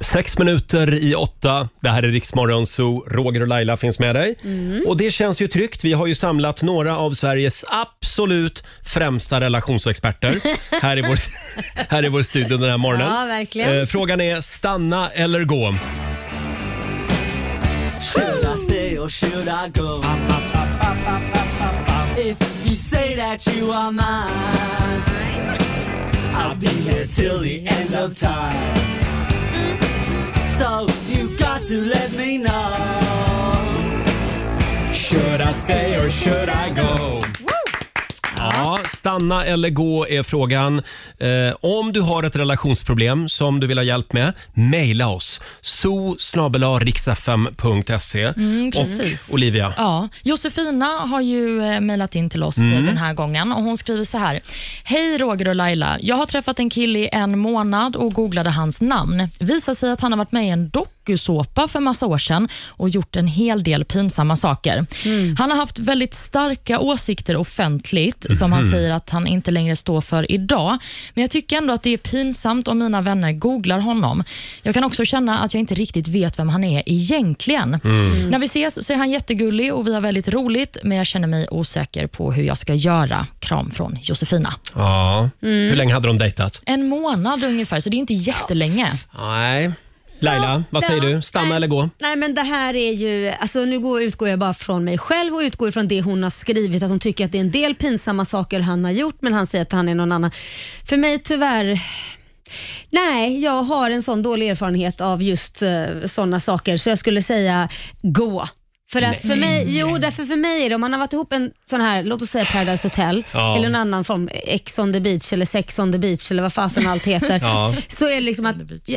S1: Sex minuter i åtta. Det här är Riksmorgon Zoo. Roger och Laila finns med dig. Och det känns ju tryggt. Vi har ju samlat några av Sveriges absolut främsta relationsexperter här i vår, här i vår studio den här morgonen.
S2: Ja, verkligen.
S1: Eh, Frågan är, stanna eller gå?
S9: Should I stay or should I go? If you say that you are mine, I'll be there till the end of time. So you got to let me know.
S1: Should I stay or should I go? Ja, stanna eller gå är frågan. Eh, om du har ett relationsproblem som du vill ha hjälp med, mejla oss. so
S3: Mm, precis.
S1: Och Olivia,
S3: Ja, Josefina har ju eh, mejlat in till oss eh, den här gången och hon skriver så här. Hej Roger och Laila. Jag har träffat en kille i en månad och googlade hans namn. Visar sig att han har varit med i en dokusåpa för massa år sedan och gjort en hel del pinsamma saker. Han har haft väldigt starka åsikter offentligt som han säger att han inte längre står för idag. Men jag tycker ändå att det är pinsamt om mina vänner googlar honom. Jag kan också känna att jag inte riktigt vet vem han är egentligen. När vi ses så är han jättegullig och vi har väldigt roligt, men jag känner mig osäker på hur jag ska göra. Kram från Josefina.
S1: ja. hur länge hade de dejtat?
S3: En månad ungefär, så det är inte jättelänge.
S1: Nej. Laila, vad säger
S2: Ja,
S1: du? Stanna
S2: nej.
S1: eller gå?
S2: Nej men det här är ju, alltså nu går, utgår jag bara från mig själv och utgår från det hon har skrivit, att hon tycker att det är en del pinsamma saker han har gjort men han säger att han är någon annan. För mig tyvärr, nej jag har en sån dålig erfarenhet av just uh, sådana saker så jag skulle säga gå. För att för mig, jo, därför för mig är det om man har varit ihop en sån här, låt oss säga Paradise Hotel
S1: Ja.
S2: eller en annan form, Ex on the beach eller Sex on the beach eller vad fasen allt heter.
S1: Ja.
S2: så är det liksom att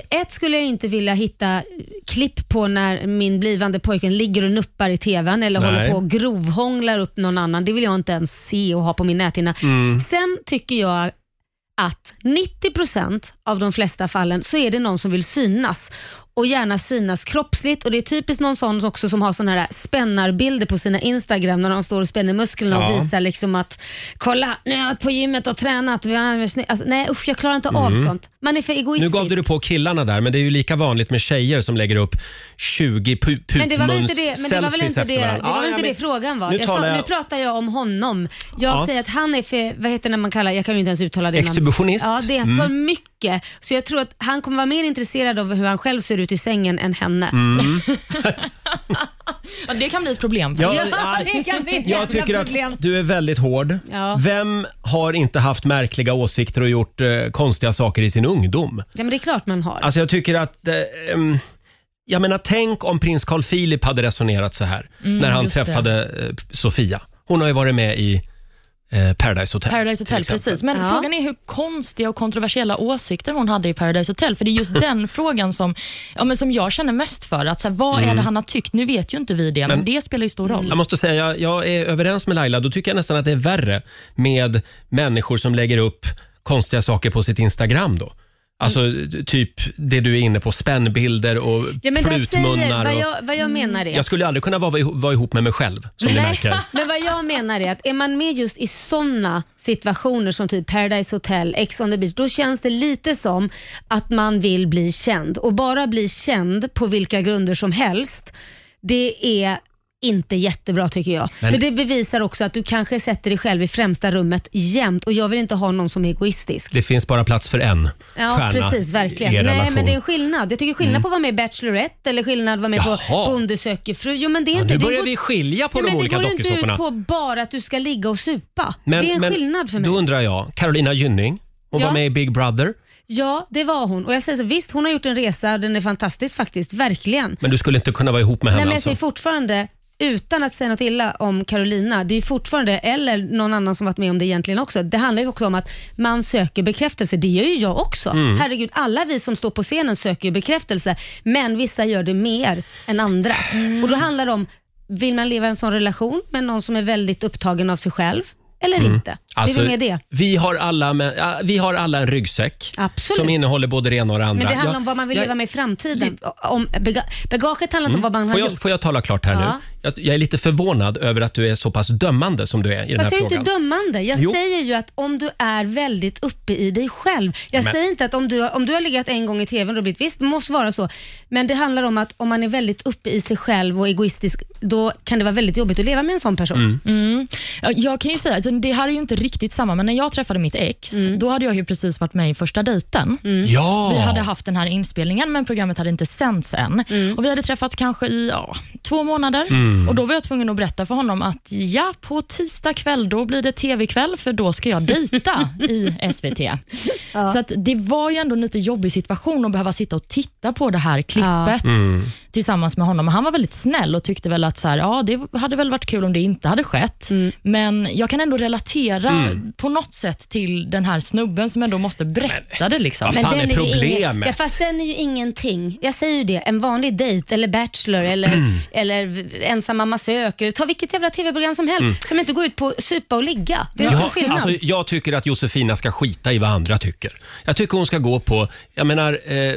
S2: ett skulle jag inte vilja hitta klipp på när min blivande pojken ligger och nuppar i tvn eller
S1: Nej.
S2: håller på och grovhånglar upp någon annan. Det vill jag inte ens se och ha på min näthinna.
S1: Mm.
S2: Sen tycker jag att 90% av de flesta fallen så är det någon som vill synas och gärna synas kroppsligt och det är typiskt någon sån också som har såna här spännarbilder på sina Instagram när de står och spänner musklerna
S1: Ja.
S2: och visar liksom att kolla nu har jag varit på gymmet och tränat. Vi har- Alltså, nej usch jag klarar inte av sånt. Man är för
S1: Mm. Nu
S2: egoistisk.
S1: gav du dig på killarna där, men det är ju lika vanligt med tjejer som lägger upp 20 pu-
S2: Men det var väl inte det,
S1: putmuns-selfies
S2: men det, var väl inte
S1: efter
S2: det, det,
S1: varandra.
S2: var
S1: Ja,
S2: väl
S1: ja,
S2: inte det
S1: men
S2: frågan var.
S1: nu
S2: jag
S1: talar
S2: sa,
S1: jag-
S2: nu pratar jag om honom. Jag
S1: Ja.
S2: säger att han är för, vad heter det när man kallar, jag kan ju inte ens uttala det. namnet.
S1: Exhibitionist. Mm.
S2: Ja, det är för mycket. Så jag tror att han kommer vara mer intresserad av hur han själv ser ut i sängen än henne.
S1: Mm.
S3: Ja, det kan bli ett problem.
S1: Ja,
S2: det kan bli ett jävla
S1: Jag tycker
S2: problem.
S1: att du är väldigt hård.
S2: Ja.
S1: Vem har inte haft märkliga åsikter och gjort eh, konstiga saker i sin ungdom?
S2: Ja, men det är klart man har.
S1: Alltså jag tycker att... Eh, ehm, jag menar, tänk om prins Carl Philip hade resonerat så här
S2: Mm,
S1: när han
S3: just det.
S1: träffade eh, Sofia. Hon har ju varit med i eh, Paradise Hotel.
S3: Paradise
S1: till
S3: Hotel,
S1: exempel.
S3: precis. Men
S2: Ja.
S3: frågan är hur konstiga och kontroversiella åsikter hon hade i Paradise Hotel. För det är just den frågan som, ja, men som jag känner mest för. Att, så här, vad
S1: Mm.
S3: är det han har tyckt? Nu vet ju inte vi det, men, det spelar ju stor roll.
S1: Jag måste säga, jag, jag är överens med Laila. Då tycker jag nästan att det är värre med människor som lägger upp konstiga saker på sitt Instagram då. Alltså typ det du är inne på, spännbilder och
S2: Ja, men jag säger,
S1: prutmunnar.
S2: vad
S1: och...
S2: jag, vad jag menar är...
S1: Jag skulle aldrig kunna vara, iho- vara ihop med mig själv som ni märker.
S2: men vad jag menar är att är man med just i sådana situationer som typ Paradise Hotel, Ex on the beach, då känns det lite som att man vill bli känd. Och bara bli känd på vilka grunder som helst, det är inte jättebra tycker jag.
S1: Men-
S2: För det bevisar också att du kanske sätter dig själv i främsta rummet jämt och jag vill inte ha någon som är egoistisk.
S1: Det finns bara plats för en
S2: Ja
S1: stjärna
S2: precis, verkligen.
S1: i er
S2: Nej
S1: relation. Mm.
S2: men det är en skillnad. Jag tycker skillnad på att vara med i Bachelorette eller skillnad att vara med
S1: Jaha.
S2: på Bonde söker fru. Jo men det är
S1: ja,
S2: inte...
S1: nu
S2: det
S1: börjar
S2: går-
S1: vi skilja på
S2: Nej,
S1: de
S2: men
S1: olika
S2: Det går ju inte
S1: dokusåporna.
S2: ut på bara att du ska ligga och supa. det är en skillnad för mig.
S1: Då undrar jag, Carolina Gynning, hon
S2: Ja.
S1: var med i Big Brother.
S2: Ja, det var hon. Och jag säger så, visst hon har gjort en resa, den är fantastisk faktiskt, verkligen.
S1: Men du skulle inte kunna vara ihop med
S2: Nej,
S1: henne
S2: men jag
S1: alltså?
S2: säger fortfarande, utan att säga något illa om Carolina, det är ju fortfarande, eller någon annan som varit med om det egentligen också, det handlar ju också om att man söker bekräftelse. Det gör ju jag också.
S1: Mm.
S2: Herregud, alla vi som står på scenen söker ju bekräftelse, men vissa gör det mer än andra. Och då handlar det om, vill man leva i en sån relation med någon som är väldigt upptagen av sig själv eller
S1: Mm.
S2: inte? det är väl mer det.
S1: Alltså, Vi har, alla med, ja, vi har alla en ryggsäck
S2: Absolut.
S1: som innehåller både det ena och det andra.
S2: Men det handlar
S1: Jag-
S2: om vad man vill
S1: jag-
S2: leva med i framtiden. Om bega- bagaget handlar inte om vad man har
S1: Får jag,
S2: gjort.
S1: får jag tala klart här
S2: Ja.
S1: nu? Jag, jag är lite förvånad över att du är så pass dömande som du är i den här
S2: Fast jag är ju
S1: frågan.
S2: inte dömande. Jag
S1: Jo.
S2: säger ju att om du är väldigt uppe i dig själv. Jag
S1: Men-
S2: säger inte att om du, om du har legat en gång i tvn och blivit, visst det måste vara så. Men det handlar om att om man är väldigt uppe i sig själv och egoistisk, då kan det vara väldigt jobbigt att leva med en sån person.
S1: Mm.
S3: Ja, Jag kan ju säga, alltså, det här är ju inte riktigt samma, men när jag träffade mitt ex, då hade jag ju precis varit med i första dejten.
S1: Ja!
S3: Vi hade haft den här inspelningen, men programmet hade inte sänts än. Och vi hade träffats kanske i ja, två månader. Och Då var jag tvungen att berätta för honom att ja, på tisdag kväll då blir det tv-kväll, för då ska jag dejta i SVT. Så att det var ju ändå en lite jobbig situation att behöva sitta och titta på det här klippet tillsammans med honom. Och han var väldigt snäll och tyckte väl att så här, ja, det hade väl varit kul om det inte hade skett. Men jag kan ändå relatera på något sätt till den här snubben som ändå måste berätta det. Liksom.
S1: vad fan är
S2: ju
S1: problemet?
S2: ingen- ja, fast den är ju ingenting. Jag säger ju det. En vanlig dejt eller Bachelor eller, eller ensam mamma söker. Ta vilket jävla TV-program som helst som inte går ut på att supa och ligga. Det är en stor
S1: Jag,
S2: skillnad.
S1: Mm. alltså, jag tycker att Josefina ska skita i vad andra tycker. Jag tycker hon ska gå på... Jag menar, eh,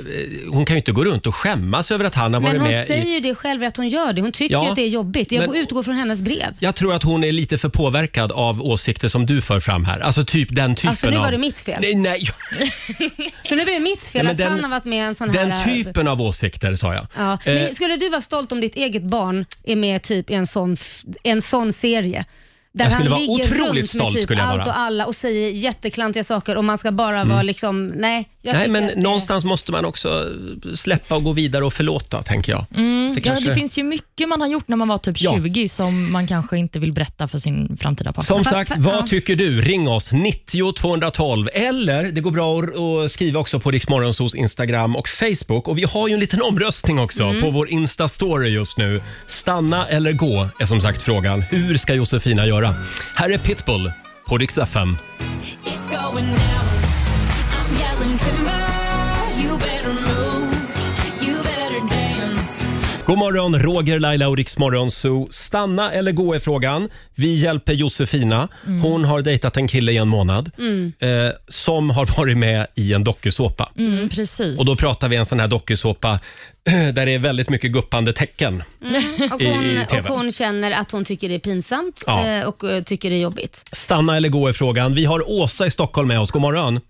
S1: hon kan ju inte gå runt och skämmas över att han har varit
S2: men hon
S1: med
S2: säger
S1: i...
S2: ju det själv att hon gör det. Hon tycker
S1: Ja,
S2: ju att det är jobbigt. Jag
S1: men-
S2: går utgår från hennes brev.
S1: Jag tror att hon är lite för påverkad av åsikter som du för fram här. Alltså typ den typen
S2: Alltså, nu var
S1: av...
S2: det mitt fel.
S1: Nej, nej.
S2: Så nu blir det mitt
S1: Nej,
S2: fel
S1: men
S2: att
S1: den-
S2: han har varit med i en sån
S1: Den
S2: här...
S1: typen av åsikter sa jag.
S2: Ja.
S1: Eh,
S2: Men skulle du vara stolt om ditt eget barn är med typ i en sån, f- en sån serie? Där
S1: Jag skulle
S2: han
S1: vara
S2: ligger
S1: otroligt
S2: runt med
S1: stolt
S2: typ
S1: skulle jag
S2: allt
S1: vara. Mm.
S2: och alla och säger jätteklantiga saker och man ska bara vara liksom, nej. Jag
S1: Nej,
S2: tycker
S1: men
S2: att eh, det-
S1: någonstans måste man också släppa och gå vidare och förlåta, tänker jag.
S2: Mm,
S1: det
S3: Ja,
S1: kanske-
S3: det finns ju mycket man har gjort när man var typ
S1: Ja.
S3: 20 som man kanske inte vill berätta för sin framtida partner.
S1: Som sagt, vad tycker du? Ring oss, 90 212. Eller, det går bra att- att skriva också på Riksmorgonsos Instagram och Facebook. Och vi har ju en liten omröstning också på vår Insta-story just nu. Stanna eller gå är som sagt frågan. Hur ska Josefina göra? Här är Pitbull på Rix FM.
S10: It's going down. I'm yelling timber. You better move. You better dance.
S1: God morgon, Roger, Laila och Riksmorgon Zoo. Stanna eller gå är frågan. Vi hjälper Josefina. Hon har dejtat en kille i en månad eh, som har varit med i en dokusåpa.
S3: Mm, precis.
S1: Och då pratar vi en sån här dokusåpa där det är väldigt mycket guppande tecken.
S2: Och
S1: i- i
S2: hon,
S1: TV.
S2: och hon känner att hon tycker det är pinsamt
S1: Ja.
S2: eh, och eh, tycker det är jobbigt.
S1: Stanna eller gå är frågan. Vi har Åsa i Stockholm med oss. God morgon.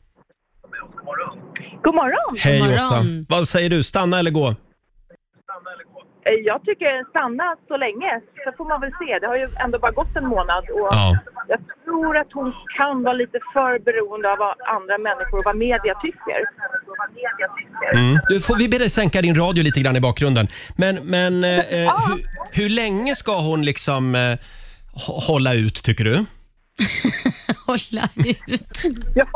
S5: God morgon!
S1: Hej
S2: morgon.
S1: Åsa. Vad säger du? Stanna eller gå?
S5: Eh, Jag tycker stanna så länge, så får man väl se. Det har ju ändå bara gått en månad och
S1: Ja.
S5: jag tror att hon kan vara lite för beroende av vad andra människor och vad media tycker.
S1: Mm. Du, får vi be dig sänka din radio lite grann i bakgrunden. Men, men eh, eh, hur, hur länge ska hon liksom eh, hå- hålla ut tycker du?
S2: Hålla ut.
S5: Ja,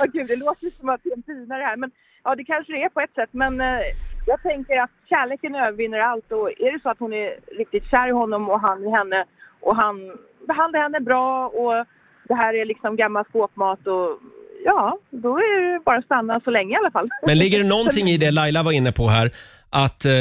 S5: oh, gud, det låter ju som att det är en pina det här. Men ja, det kanske det är på ett sätt. Men eh, jag tänker att kärleken övervinner allt. Och är det så att hon är riktigt kär i honom och han i henne och han behandlar henne bra och det här är liksom gammal skåpmat och ja, då är det bara att stanna så länge i alla fall.
S1: Men ligger det någonting i det Laila var inne på här? Att eh,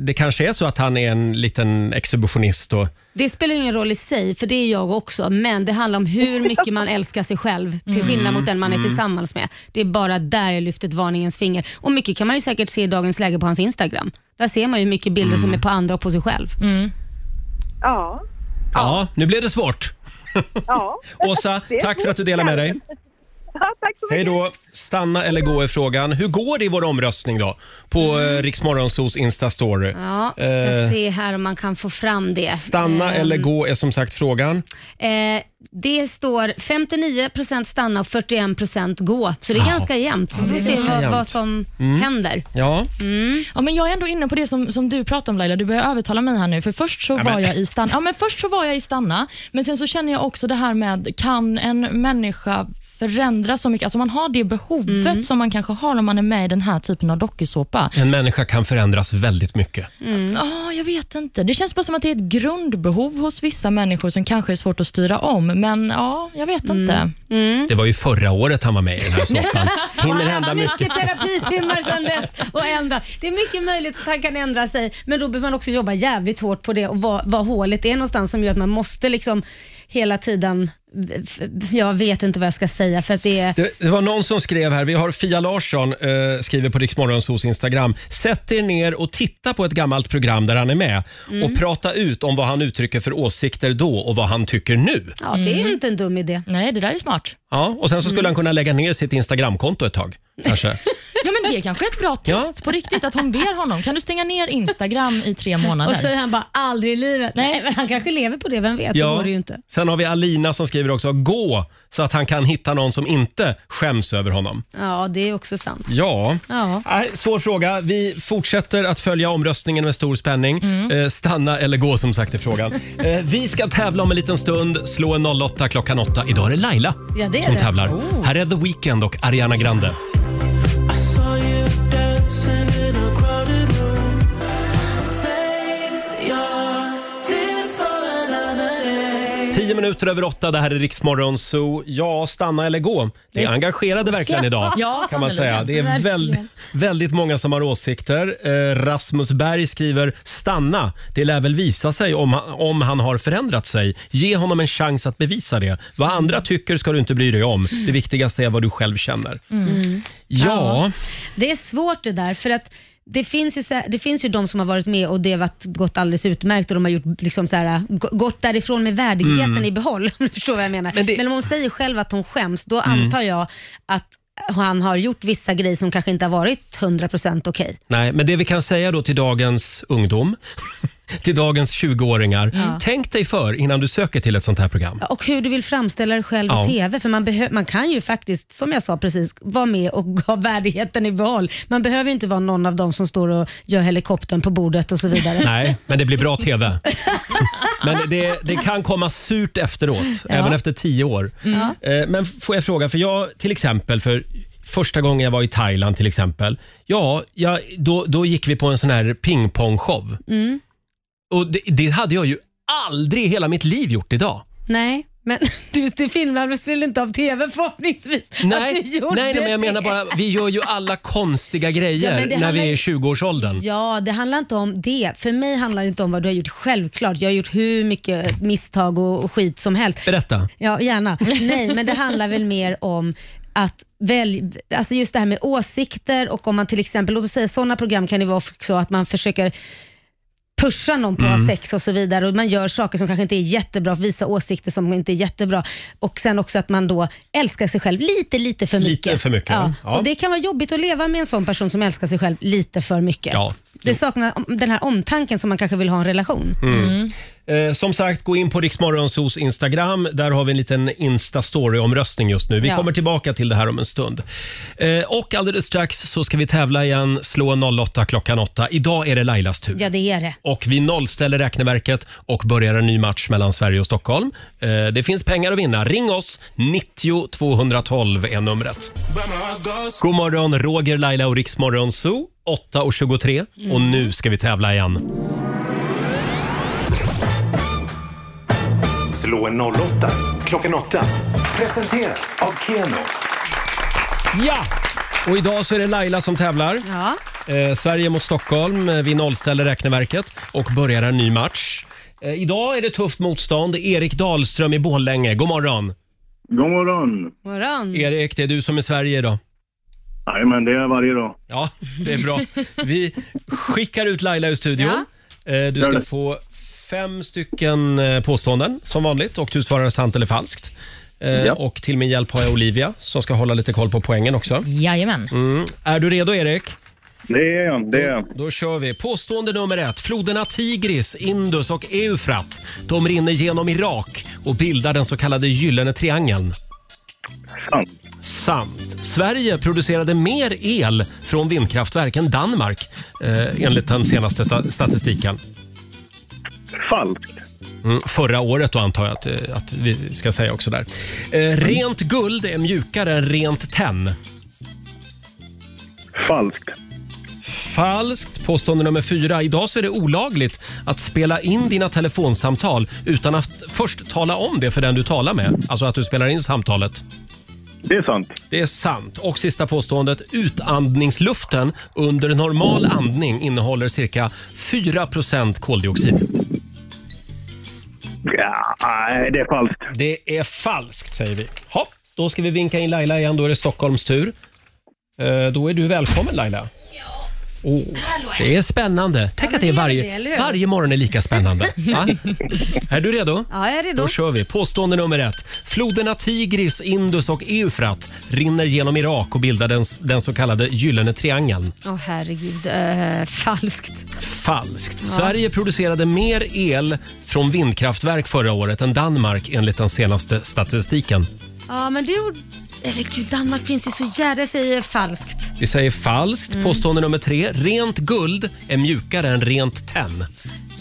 S1: det kanske är så att han är en liten exhibitionist och
S2: Det spelar ju ingen roll i sig, för det är jag också, men det handlar om hur mycket man älskar sig själv till
S1: Mm.
S2: skillnad mot den man är tillsammans med. Det är bara där jag lyft ett varningens finger. Och mycket kan man ju säkert se i dagens läge på hans Instagram. Där ser man ju mycket bilder som
S1: Mm.
S2: är på andra och på sig själv.
S5: Ja,
S1: ja, nu blev det svårt.
S5: ja.
S1: Åsa,
S5: Det är
S1: tack för att du
S5: svårt,
S1: delar med dig.
S5: ja tack så mycket.
S1: Hej då! Stanna eller gå är frågan. Hur går det i vår omröstning då? På mm. Riksmorgonsos Insta-story.
S2: Ja, ska
S1: Eh,
S2: se här om man kan få fram det.
S1: Stanna
S2: Eh,
S1: eller gå är som sagt frågan.
S2: Eh, det står 59% stanna och 41% gå, så det är
S1: Ja.
S2: ganska jämnt. Så vi får se
S1: ganska
S2: vad,
S1: jämnt. Mm.
S2: vad som händer.
S1: Ja,
S3: Ja, men jag är ändå inne på det som, som du pratade om Laila, du börjar övertala mig här nu. För först så,
S1: Ja, men-
S3: var jag i stanna, ja, men först så var jag i stanna, men sen så känner jag också det här med, kan en människa förändras så mycket? Alltså man har det behovet som man kanske har om man är med i den här typen av dokusåpa.
S1: en människa kan förändras väldigt mycket.
S3: Ja, jag vet inte. Det känns bara som att det är ett grundbehov hos vissa människor som kanske är svårt att styra om, men ja, jag vet inte.
S1: Det var ju förra året han var med i den här såpan. Hinner hända mycket.
S2: Mycket terapitimmar sedan dess och ändra. Det är mycket möjligt att han kan ändra sig, men då behöver man också jobba jävligt hårt på det och vad, vad hålet är någonstans som gör att man måste liksom hela tiden, jag vet inte vad jag ska säga för att det är
S1: Det, det var någon som skrev här, vi har Fia Larsson eh, skriver på Riksmorgonsos Instagram. Sätt er ner och titta på ett gammalt program där han är med
S2: Mm.
S1: och prata ut om vad han uttrycker för åsikter då och vad han tycker nu.
S2: Ja, det är ju inte en dum idé.
S3: Nej, det där är smart.
S1: Ja, och sen så skulle
S2: Mm.
S1: han kunna lägga ner sitt Instagramkonto ett tag. Kanske.
S3: Ja, men det är kanske är ett bra
S1: Ja.
S3: test på riktigt, att hon ber honom, kan du stänga ner Instagram i tre månader?
S2: Och säger han bara aldrig i livet.
S3: Nej.
S2: Nej, men han kanske lever på det, vem vet? Det går det ju inte.
S1: Sen har vi Alina som skriver också, gå så att han kan hitta någon som inte skäms över honom.
S2: Ja, det är också sant.
S1: Ja,
S2: Ja.
S1: Nej, svår fråga. Vi fortsätter att följa omröstningen med stor spänning.
S2: Mm.
S1: Eh, stanna eller gå som sagt är frågan. eh, vi ska tävla om en liten stund. Slå en 08 klockan 8. Idag är det Laila
S2: Ja, det Oh. är
S1: som
S2: det.
S1: tävlar. Här är The Weeknd och Ariana Grande. Tio minuter över åtta, det här är Riksmorgon Zoo. Ja, stanna eller gå. Vi är engagerade verkligen idag.
S3: Ja,
S1: kan man säga.
S3: sannolikt.
S1: Det är väldigt, väldigt många som har åsikter. Eh, Rasmus Berg skriver “Stanna, det lär väl visa sig om han, om han har förändrat sig. Ge honom en chans att bevisa det. Vad andra tycker ska du inte bry dig om. Det viktigaste är vad du själv känner.” Ja,
S2: Det är svårt det där för att det finns, ju, så här- det finns ju de som har varit med och det har varit, gått alldeles utmärkt och de har gjort, liksom så här, gå- gått därifrån med värdigheten i behåll. Om du förstår vad jag menar. Men,
S1: Mm. Men det- Mm.
S2: om hon säger själv att hon skäms, då antar jag att han har gjort vissa grejer som kanske inte har varit 100% okej.
S1: nej, men det vi kan säga då till dagens ungdom till dagens 20-åringar.
S2: Ja.
S1: Tänk dig för innan du söker till ett sånt här program.
S2: Och hur du vill framställa dig själv
S1: Ja.
S2: i TV. För man, behö- man kan ju faktiskt, som jag sa precis, vara med och ha värdigheten i val. Man behöver ju inte vara någon av dem som står och gör helikoptern på bordet och så vidare.
S1: Nej, men det blir bra TV. Men det, det kan komma surt efteråt,
S2: Ja.
S1: även efter tio år.
S2: Mm.
S1: Eh, Men får jag fråga, för jag till exempel, för första gången jag var i Thailand till exempel, ja, jag, då, då gick vi på en sån här pingpongshow.
S2: Mm.
S1: Och det, det hade jag ju aldrig i hela mitt liv gjort idag.
S2: Nej, men du, det filmades väl inte av TV förhoppningsvis?
S1: Nej,
S2: att du
S1: nej,
S2: gjorde
S1: nej, men jag
S2: det.
S1: menar bara, vi gör ju alla konstiga
S2: Ja,
S1: grejer
S2: men
S1: när
S2: det
S1: vi
S2: handlar
S1: är i
S2: ju-
S1: 20-årsåldern.
S2: Ja, det handlar inte om det. För mig handlar det inte om vad du har gjort. Självklart, jag har gjort hur mycket misstag och och skit som helst.
S1: Berätta.
S2: Ja, gärna. Nej, men det handlar väl mer om att välj, alltså just det här med åsikter och om man till exempel, låt oss säga sådana program kan det vara så att man försöker pusha någon på att ha
S10: Mm.
S2: sex och så vidare och man gör saker som kanske inte är jättebra, visa åsikter som inte är jättebra och sen också att man då älskar sig själv lite, lite för
S1: Lite
S2: mycket.
S1: för mycket,
S2: Ja.
S1: ja.
S2: Och det kan vara jobbigt att leva med en sån person som älskar sig själv lite för mycket.
S1: Ja.
S2: Det saknar den här omtanken som man kanske vill ha i en relation.
S1: Mm. Eh, som sagt, gå in på Riksmorgonsos Instagram. Där har vi en liten Insta-story-omröstning just nu. Vi
S2: Ja.
S1: kommer tillbaka till det här om en stund. Eh, och alldeles strax så ska vi tävla igen. Slå en 08 klockan 8. Idag är det Lailas tur.
S2: Ja, det är det.
S1: Och vi nollställer räkneverket och börjar en ny match mellan Sverige och Stockholm. Eh, det finns pengar att vinna. Ring oss! 90 212 är numret. God morgon, Roger, Laila och Riksmorgon Zoo. 8.23 och, och
S10: Mm.
S1: nu ska vi tävla igen.
S4: Slå en 08 klockan 8. Presenteras av Keno.
S1: Ja! Och idag så är det Laila som tävlar.
S2: Ja.
S1: Eh, Sverige mot Stockholm. Eh, Vi nollställer räkneverket och börjar en ny match. Eh, idag är det tufft motstånd. Erik Dahlström i Borlänge. God morgon!
S11: God morgon.
S2: Morgon.
S1: Erik, det är du som är Sverige idag.
S11: Jajamän, det är jag varje dag.
S1: Ja, det är bra. Vi skickar ut Laila ur studion. Eh, Du
S11: Gör
S1: ska
S11: det.
S1: få fem stycken eh, påståenden som vanligt och du svarar sant eller falskt. Eh,
S3: Ja.
S1: Och till min hjälp har jag Olivia som ska hålla lite koll på poängen också.
S3: Jajamän.
S1: Mm. Är du redo Erik?
S11: Det är jag. Det är jag.
S1: Då kör vi. Påstående nummer ett. Floderna Tigris, Indus och Eufrat. De rinner genom Irak och bildar den så kallade Gyllene triangeln.
S11: Sant.
S1: Sant. Sverige producerade mer el från vindkraftverk än Danmark eh, enligt den senaste sta- statistiken.
S11: Falskt.
S1: Mm, förra året då antar jag att, eh, att vi ska säga också där. Eh, rent guld är mjukare än rent tenn.
S11: Falskt.
S1: Falskt. Påstående nummer fyra. Idag så är det olagligt att spela in dina telefonsamtal utan att först tala om det för den du talar med. Alltså att du spelar in samtalet.
S11: Det är sant.
S1: Det är sant. Och sista påståendet. Utandningsluften under normal andning innehåller cirka 4 koldioxid.
S11: Ja, nej, det är falskt.
S1: Det är falskt säger vi. Hopp. Då ska vi vinka in Laila igen. Då är det Stockholms tur. Eh, Då är du välkommen Laila. Åh, det är spännande. Tänk
S2: Ja,
S1: att det är
S2: men det är det,
S1: varje,
S2: eller hur?
S1: varje morgon är lika spännande. Va? är du redo?
S2: Ja, jag är redo.
S1: Då kör vi. Påstående nummer ett. Floderna Tigris, Indus och Eufrat rinner genom Irak och bildar den, den så kallade Gyllene triangeln.
S2: Åh herregud, eh, falskt.
S1: Falskt.
S2: Ja.
S1: Sverige producerade mer el från vindkraftverk förra året än Danmark enligt den senaste statistiken.
S2: Ja, men det gjorde... Herregud, Danmark finns ju så jävla... Jag säger falskt.
S1: Vi säger falskt.
S2: Mm.
S1: Påstående nummer tre. Rent guld är mjukare än rent tenn.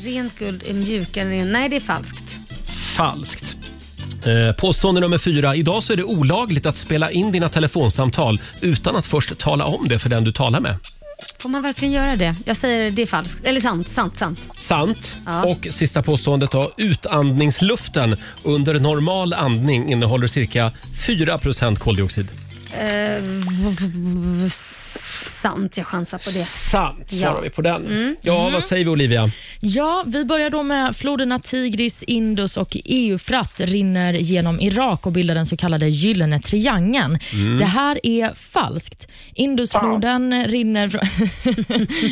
S2: Rent guld är mjukare än rent- Nej, det är falskt.
S1: Falskt. Eh, Påstående nummer fyra. Idag så är det olagligt att spela in dina telefonsamtal utan att först tala om det för den du talar med.
S2: Får man verkligen göra det? Jag säger det är falskt. Eller sant, sant, sant.
S1: Sant.
S2: Ja.
S1: Och sista påståendet då. Utandningsluften under normal andning innehåller cirka 4 koldioxid.
S2: Eh, s- sant, jag chansar på det.
S1: Sant svarar
S2: Ja.
S1: vi på den.
S2: Mm.
S1: Ja, vad säger vi Olivia?
S3: Ja, vi börjar då med floderna Tigris, Indus och Eufrat rinner genom Irak och bildar den så kallade Gyllene triangeln.
S10: Mm.
S3: Det här är falskt. Indusfloden rinner... från-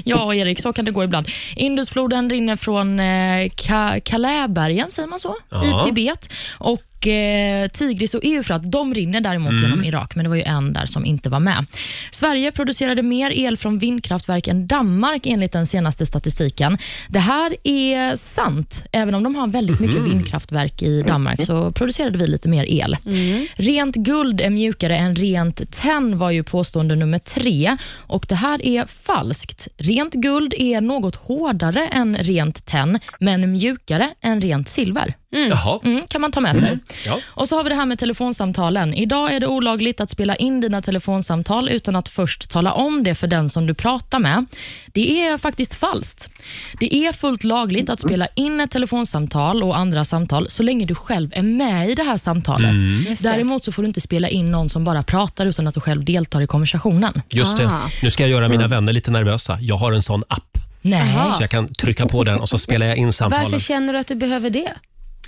S3: ja, och Erik, så kan det gå ibland. Indusfloden rinner från eh, Ka- Calaibergen, säger man så,
S10: Ja.
S3: i Tibet. Och eh, Tigris och Eufrat, de rinner däremot
S10: Mm.
S3: genom Irak, men det var ju en där som inte var med. Sverige producerade mer el från vindkraftverk än Danmark enligt den senaste statistiken. Det här här är sant. Även om de har väldigt mycket
S10: Mhm.
S3: vindkraftverk i Danmark så producerade vi lite mer el. Rent guld är mjukare än rent tenn var ju påstående nummer tre och det här är falskt. Rent guld är något hårdare än rent tenn men mjukare än rent silver.
S1: Jaha.
S3: Mm, kan man ta med sig.
S1: Ja.
S3: Och så har vi det här med telefonsamtalen. Idag är det olagligt att spela in dina telefonsamtal utan att först tala om det för den som du pratar med. Det är faktiskt falskt. Det är fullt lagligt att spela in ett telefonsamtal och andra samtal så länge du själv är med i det här samtalet.
S1: Mm. Just det.
S3: Däremot så får du inte spela in någon som bara pratar utan att du själv deltar i konversationen.
S1: Just det.
S2: Ah.
S1: Nu ska jag göra
S2: Mm.
S1: mina vänner lite nervösa. Jag har en sån app.
S3: Nej.
S1: Så jag kan trycka på den och så spelar jag in
S2: Varför
S1: samtalen.
S2: känner du att du behöver det?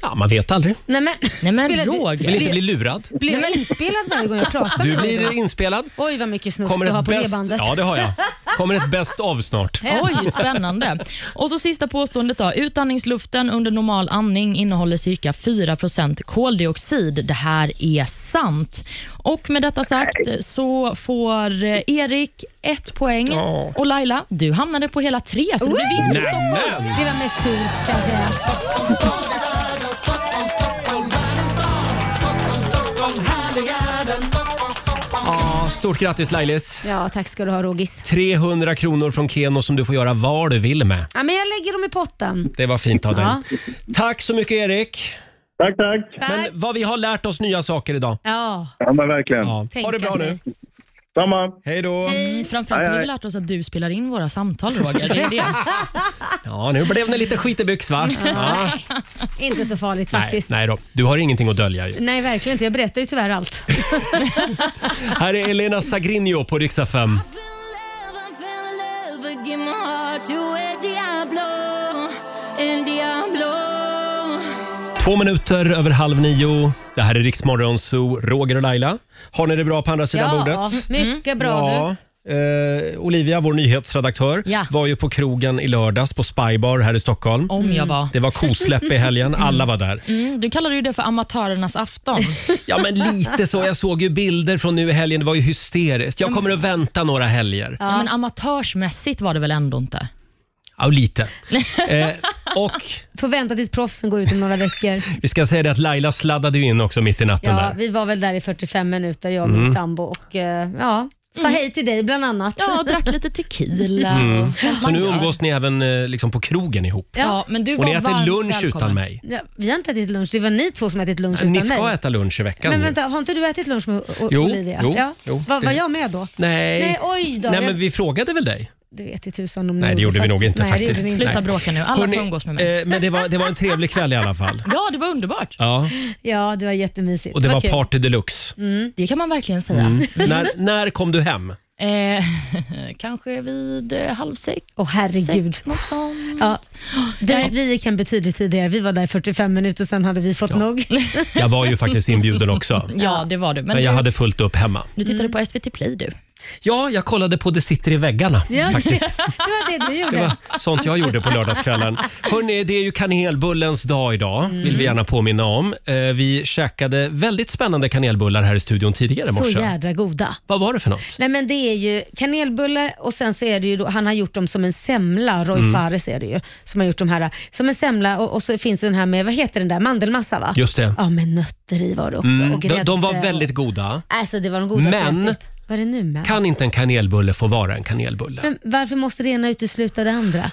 S1: Ja, man vet aldrig.
S2: Nej men,
S3: Nej, men
S2: spelar
S3: Roger.
S1: Vill inte bli lurad.
S2: Blir jag inspelad varje gång jag pratar
S1: Du
S2: med dig
S1: blir
S2: då?
S1: inspelad.
S2: Oj vad mycket snus
S1: Kommer
S2: du har
S1: ett
S2: på det
S1: bäst...
S2: bandet.
S1: Ja, det har jag. Kommer ett bäst av snart.
S3: Oj, spännande. Och så sista påståendet då. Utandningsluften under normal andning innehåller cirka 4 koldioxid. Det här är sant. Och med detta sagt så får eh, Erik ett poäng
S1: Ja.
S3: och Laila, du hamnade på hela tre så du vinner i Stockholm.
S1: Nämen.
S2: Det var mest tur kan jag säga.
S1: Ja, stort grattis Lailis.
S2: Ja, tack ska du ha Rogis.
S1: 300 kronor från Keno som du får göra vad du vill med.
S2: Ja, men jag lägger dem i potten.
S1: Det var fint av dig.
S2: Ja.
S1: Tack så mycket Erik. Tack, tack. Men vad vi har lärt oss nya saker idag.
S2: Ja,
S11: Ja, men verkligen.
S1: Ha det bra nu.
S11: Samma.
S1: Hej då.
S3: Mm, Framförallt har vi lärt oss att du spelar in våra samtal Roger. Det är det.
S1: Ja, nu blev det lite skit i byx va? Ja.
S2: inte så farligt
S1: Nej,
S2: faktiskt.
S1: nej då. Du har ingenting att dölja ju.
S2: Nej. verkligen inte. Jag berättar ju tyvärr allt.
S1: Här är Elena Sagrinho på riksdag 5.
S10: Never give my heart to El Diablo, El Diablo.
S1: Två minuter över halv nio. Det här är Riksmorgon Zoo, Roger och Laila. Har ni det bra på andra sidan
S2: Ja,
S1: bordet? Mm.
S2: mycket bra du.
S1: Eh, Olivia, vår nyhetsredaktör,
S3: Ja.
S1: var ju på krogen i lördags på Spybar här i Stockholm.
S3: Om jag var.
S1: Det var kosläpp i helgen. Alla var där.
S3: Mm, du kallade ju det för amatörernas afton.
S1: Ja, men lite så. Jag såg ju bilder från nu i helgen. Det var ju hysteriskt. Jag kommer att vänta några helger.
S3: Ja, men amatörsmässigt var det väl ändå inte?
S1: Ja, lite. Eh, och
S2: Får vänta tills proffsen går ut om några veckor.
S1: vi ska säga det att Laila sladdade ju in också mitt i natten
S2: Ja,
S1: där.
S2: vi var väl där i 45 minuter, jag och min
S1: Mm.
S2: sambo. Och, eh, ja, sa hej till dig bland annat.
S3: Ja, drack lite tequila
S1: Mm.
S3: och sånt
S1: Så
S3: man
S1: nu
S3: gör.
S1: umgås ni även eh, liksom på krogen ihop?
S2: Ja.
S3: men du
S1: Och ni var äter varmt lunch välkommen. utan mig.
S2: Ja, vi har inte ätit lunch. Det var ni två som ätit lunch utan
S1: Alltså, Ni
S2: mig.
S1: ska äta lunch i veckan
S2: Men
S1: nu.
S2: vänta, har inte du ätit lunch med o-
S1: Jo,
S2: Olivia?
S1: jo,
S2: ja.
S1: jo.
S2: var, var
S1: Det-
S2: jag med då?
S1: Nej.
S2: Nej, oj då.
S1: Nej,
S2: Jag-
S1: men vi frågade väl dig?
S2: Det vet i tusan om ni
S1: Nej, det gjorde vi nog inte
S2: Nej, det gjorde
S1: faktiskt.
S2: ni inte.
S3: Sluta bråka nu. Alla
S1: Hörrni,
S3: får umgås med mig.
S1: eh, men det var, det var en trevlig kväll i alla fall.
S3: Ja, det var underbart.
S1: Ja,
S2: Ja, det var jättemysigt.
S1: och det var
S2: kul.
S1: party deluxe.
S3: Mm. Det kan man verkligen säga.
S1: Mm. när, när kom du hem?
S3: Eh, kanske vid eh, halv sex.
S2: Åh herregud.
S3: Sex, något sånt.
S2: Ja. Vi, vi gick hem betydligt tidigare. Vi var där i 45 minuter, sen hade vi fått nog.
S1: Jag var ju faktiskt inbjuden också.
S3: Ja, Mm. det var du. Men,
S1: Men jag
S3: du,
S1: hade fullt upp hemma.
S3: du tittade på SVT Play du.
S1: Ja, jag kollade på Det sitter i väggarna.
S2: Ja, det,
S1: faktiskt.
S2: det var det du gjorde.
S1: Det var sånt jag gjorde på lördagskvällen. Hörrni, det är ju kanelbullens dag idag, vill vi gärna påminna om. Eh, Vi käkade väldigt spännande kanelbullar här i studion tidigare i
S2: Så
S1: morse.
S2: jädra goda.
S1: Vad var det för något?
S2: Nej men det är ju kanelbulle och sen så är det ju då, han har gjort dem som en semla, Roy
S1: Mm.
S2: Fares är det ju, som har gjort de här som en semla och, och så finns den här med, vad heter den där, mandelmassa va?
S1: Just det.
S2: Ja men nötter i var det också
S1: Mm,
S2: och
S1: de, de var
S2: grädde
S1: väldigt goda.
S2: Och, alltså det var de godaste jag
S1: Men-
S2: ätit. Vad är det nu med?
S1: Kan inte en kanelbulle få vara en kanelbulle?
S2: Men varför måste det ena utesluta det andra?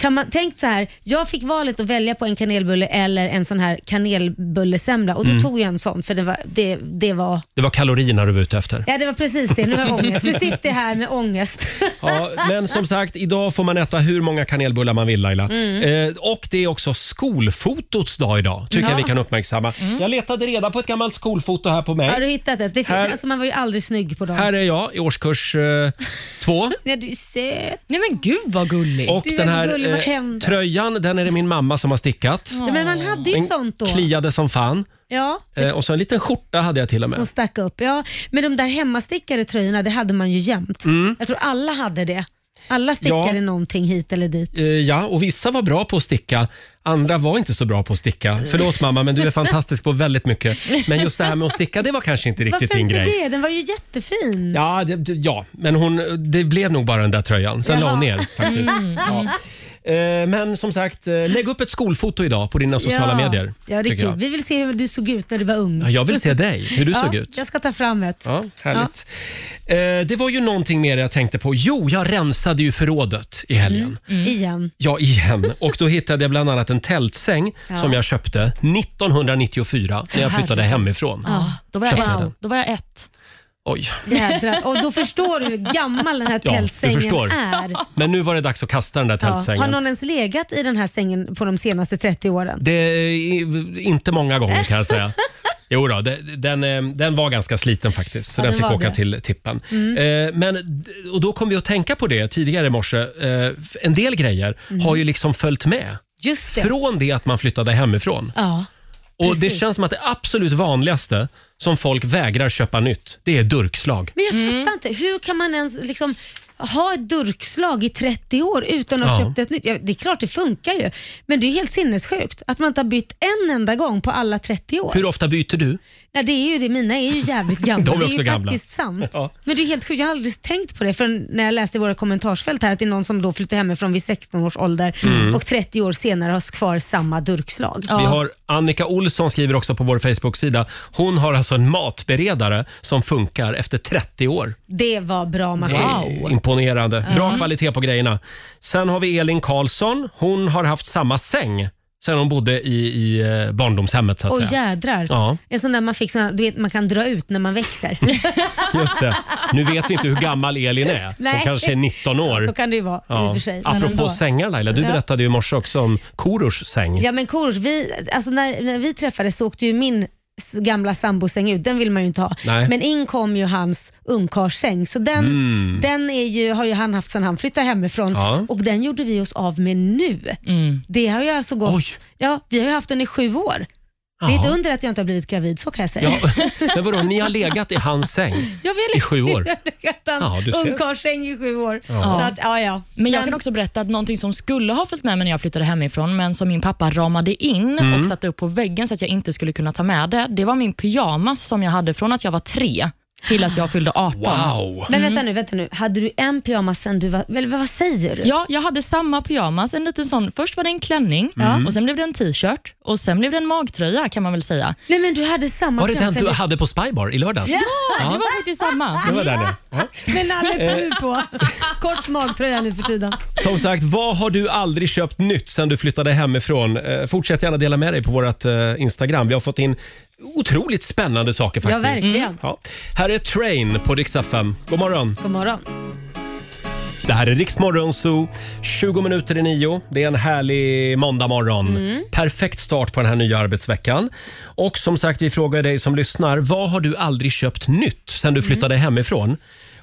S2: Kan man, tänk så här, jag fick valet att välja på en kanelbulle eller en sån här kanelbullesemla och då
S1: Mm.
S2: tog jag en sån för det var, det, det var
S1: Det var kalorierna du var ute efter.
S2: Ja, det var precis det. Nu har jag ångest. Nu sitter jag här med ångest.
S1: Ja, men som sagt, idag får man äta hur många kanelbullar man vill Laila.
S2: Mm.
S1: Eh, och det är också skolfotots dag idag, tycker jag
S2: Ja.
S1: vi kan uppmärksamma. Jag letade reda på ett gammalt skolfoto här på mig.
S2: Har du hittat det? det fin-
S1: Här-
S2: alltså, man var ju aldrig snygg på dem.
S1: Här är jag i årskurs eh, två.
S2: Nej, du är söt.
S3: Nej men gud vad gulligt.
S1: Och den här
S2: gullig, vad
S1: eh,
S2: händer?
S1: tröjan, den är det min mamma som har stickat.
S2: Ja, men man hade ju
S1: Den
S2: sånt då.
S1: kliade som fan.
S2: Ja,
S1: Eh, och så en liten skjorta hade jag till och
S2: som
S1: med.
S2: stack upp. Ja, men de där hemmastickade tröjorna, det hade man ju jämt.
S1: Mm.
S2: Jag tror alla hade det. Alla stickade
S1: Ja.
S2: någonting hit eller dit.
S1: Eh, ja, och vissa var bra på att sticka. Andra var inte så bra på att sticka.
S2: Mm.
S1: Förlåt mamma, men du är fantastisk på väldigt mycket. Men just det här med att sticka, det var kanske inte riktigt
S2: Varför
S1: din
S2: inte
S1: grej.
S2: det? Den var ju jättefin.
S1: Ja, det, det- ja, men hon, det blev nog bara den där tröjan. Sen la hon ner faktiskt.
S2: Mm.
S1: Ja. Eh, Men som sagt, eh, lägg upp ett skolfoto idag på dina sociala
S2: ja.
S1: medier.
S2: Ja, det är
S1: tycker
S2: kul.
S1: jag.
S2: Vi vill se hur du såg ut när du var ung.
S1: Ja, jag vill se dig, hur du
S2: ja,
S1: såg ut.
S2: Jag ska ta fram ett.
S1: Ja, härligt. Eh, Det var ju någonting mer jag tänkte på. Jo, jag rensade ju förrådet i helgen.
S2: Mm. Igen.
S1: Ja, igen. Och då hittade jag bland annat en tältsäng
S3: Ja.
S1: som jag köpte 1994 när jag flyttade
S3: Herregud.
S1: hemifrån.
S3: Ja, då, var jag
S1: Köpte den.
S3: ett, då var jag ett.
S1: Oj.
S2: Jädrar. Och då förstår du hur gammal den här
S1: Ja, du
S2: tältsängen
S1: förstår.
S2: är. Ja.
S1: Men nu var det dags att kasta den där
S2: Har
S1: tältsängen.
S2: någon ens legat i den här sängen på de senaste 30 åren?
S1: Det är inte många gånger kan jag säga. Jo då, det- den, eh, den var ganska sliten faktiskt, så
S2: Ja,
S1: den
S2: den
S1: fick
S2: var
S1: åka
S2: det.
S1: till tippen.
S2: Mm.
S1: Eh, Men, och då kom vi att tänka på det tidigare i morse. Eh, En del grejer
S2: Mm.
S1: har ju liksom följt med.
S2: Just det.
S1: Från det att man flyttade hemifrån.
S2: Ja.
S1: Och Det
S2: precis.
S1: känns som att det absolut vanligaste som folk vägrar köpa nytt, det är durkslag.
S2: Men jag fattar inte, hur kan man ens liksom ha ett durkslag i 30 år utan att ha
S1: Ja.
S2: köpt ett nytt? Ja, det är klart det funkar ju, men det är helt sinnessjukt att man inte har bytt en enda gång på alla 30 år.
S1: Hur ofta byter du?
S2: Nej, det är ju det. Mina är ju jävligt gamla.
S1: De är
S2: det är
S1: också
S2: ju
S1: gamla.
S2: faktiskt sant.
S1: Ja.
S2: Men det är helt sjukt, jag har aldrig tänkt på det förrän när jag läste i våra kommentarsfält här att det är någon som då flyttar hemifrån vid 16 års ålder
S1: Mm.
S2: och 30 år senare har kvar samma durkslag.
S1: Vi har Annika Olsson skriver också på vår Facebook-sida. Hon har alltså en matberedare som funkar efter 30 år.
S2: Det var bra
S1: Det
S2: Martin.
S1: är Imponerande. Bra
S2: Mm.
S1: kvalitet på grejerna. Sen har vi Elin Karlsson. Hon har haft samma säng sen hon bodde i, i eh, barndomshemmet. Så att
S2: Åh
S1: säga.
S2: jädrar.
S1: Ja.
S2: En sån där man fick sån här, du vet, man kan dra ut när man växer.
S1: Just det. Nu vet vi inte hur gammal Elin är. Hon
S2: Nej.
S1: kanske är 19 år.
S2: Så kan det ju vara i och för sig. men
S1: Apropå
S2: ändå.
S1: sängar Laila, du
S2: Ja.
S1: berättade ju i morse också om Korosh säng.
S2: Ja men Korosh, vi, alltså när, när vi träffades så åkte ju min s- gamla sambosäng ut, den vill man ju inte ha.
S1: Nej.
S2: Men in kom ju hans ungkarlssäng, så den,
S1: Mm.
S2: den är ju, har ju han haft sedan han flyttade hemifrån
S1: Ja.
S2: och den gjorde vi oss av med nu.
S3: Mm.
S2: Det har ju alltså gått, ja, vi har ju haft den i sju år. Det är
S1: Jaha.
S2: ett under att jag inte har blivit gravid, så kan jag säga.
S1: Ja, men vadå, ni har legat i hans säng
S2: Jag vill
S1: i sju år? Ja,
S2: hans
S1: du ser.
S2: ungkarlssäng i sju år.
S1: Ja.
S2: Så att, ja, ja.
S3: Men jag kan också berätta att någonting som skulle ha följt med mig när jag flyttade hemifrån, men som min pappa ramade in
S2: Mm.
S3: och satte upp på väggen så att jag inte skulle kunna ta med det, det var min pyjamas som jag hade från att jag var tre till att jag fyllde 18.
S2: Men
S3: Mm.
S2: vänta nu, vänta nu. Hade du en pyjamas sen du var... Eller vad vad säger du?
S3: Ja, jag hade samma pyjamas. En liten sån. Först var det en klänning,
S1: Mm.
S3: och sen blev det en t-shirt och sen blev det en magtröja kan man väl säga.
S2: Nej, men du hade samma
S1: Var det den du hade på Spybar i lördags?
S3: Ja, det var faktiskt samma.
S1: Det var där det. Ja.
S2: Med nalle på. Kort magtröja nu för tiden.
S1: Som sagt, vad har du aldrig köpt nytt sen du flyttade hemifrån? Eh, fortsätt gärna dela med dig på vårt eh, Instagram. Vi har fått in otroligt spännande saker
S2: Ja,
S1: faktiskt.
S2: verkligen.
S1: Ja. Här är Train på Rix FM. God morgon!
S2: God morgon.
S1: Det här är Rix Morgon Zoo. 20 minuter i nio. Det är en härlig måndagmorgon.
S2: Mm.
S1: Perfekt start på den här nya arbetsveckan. Och som sagt, vi frågar dig som lyssnar. Vad har du aldrig köpt nytt sen du flyttade hemifrån?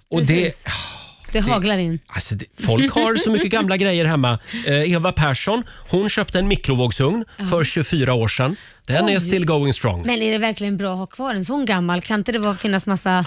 S1: Och
S2: Mm. Precis.
S1: det...
S2: Det haglar in.
S1: Alltså, det, folk har så mycket gamla grejer hemma. Eh, Eva Persson hon köpte en mikrovågsugn
S2: Ja.
S1: för 24 år sedan. Den är
S2: Oj.
S1: still going strong.
S2: Men är det verkligen bra att ha kvar en sån gammal? Kan inte det vara, finnas massa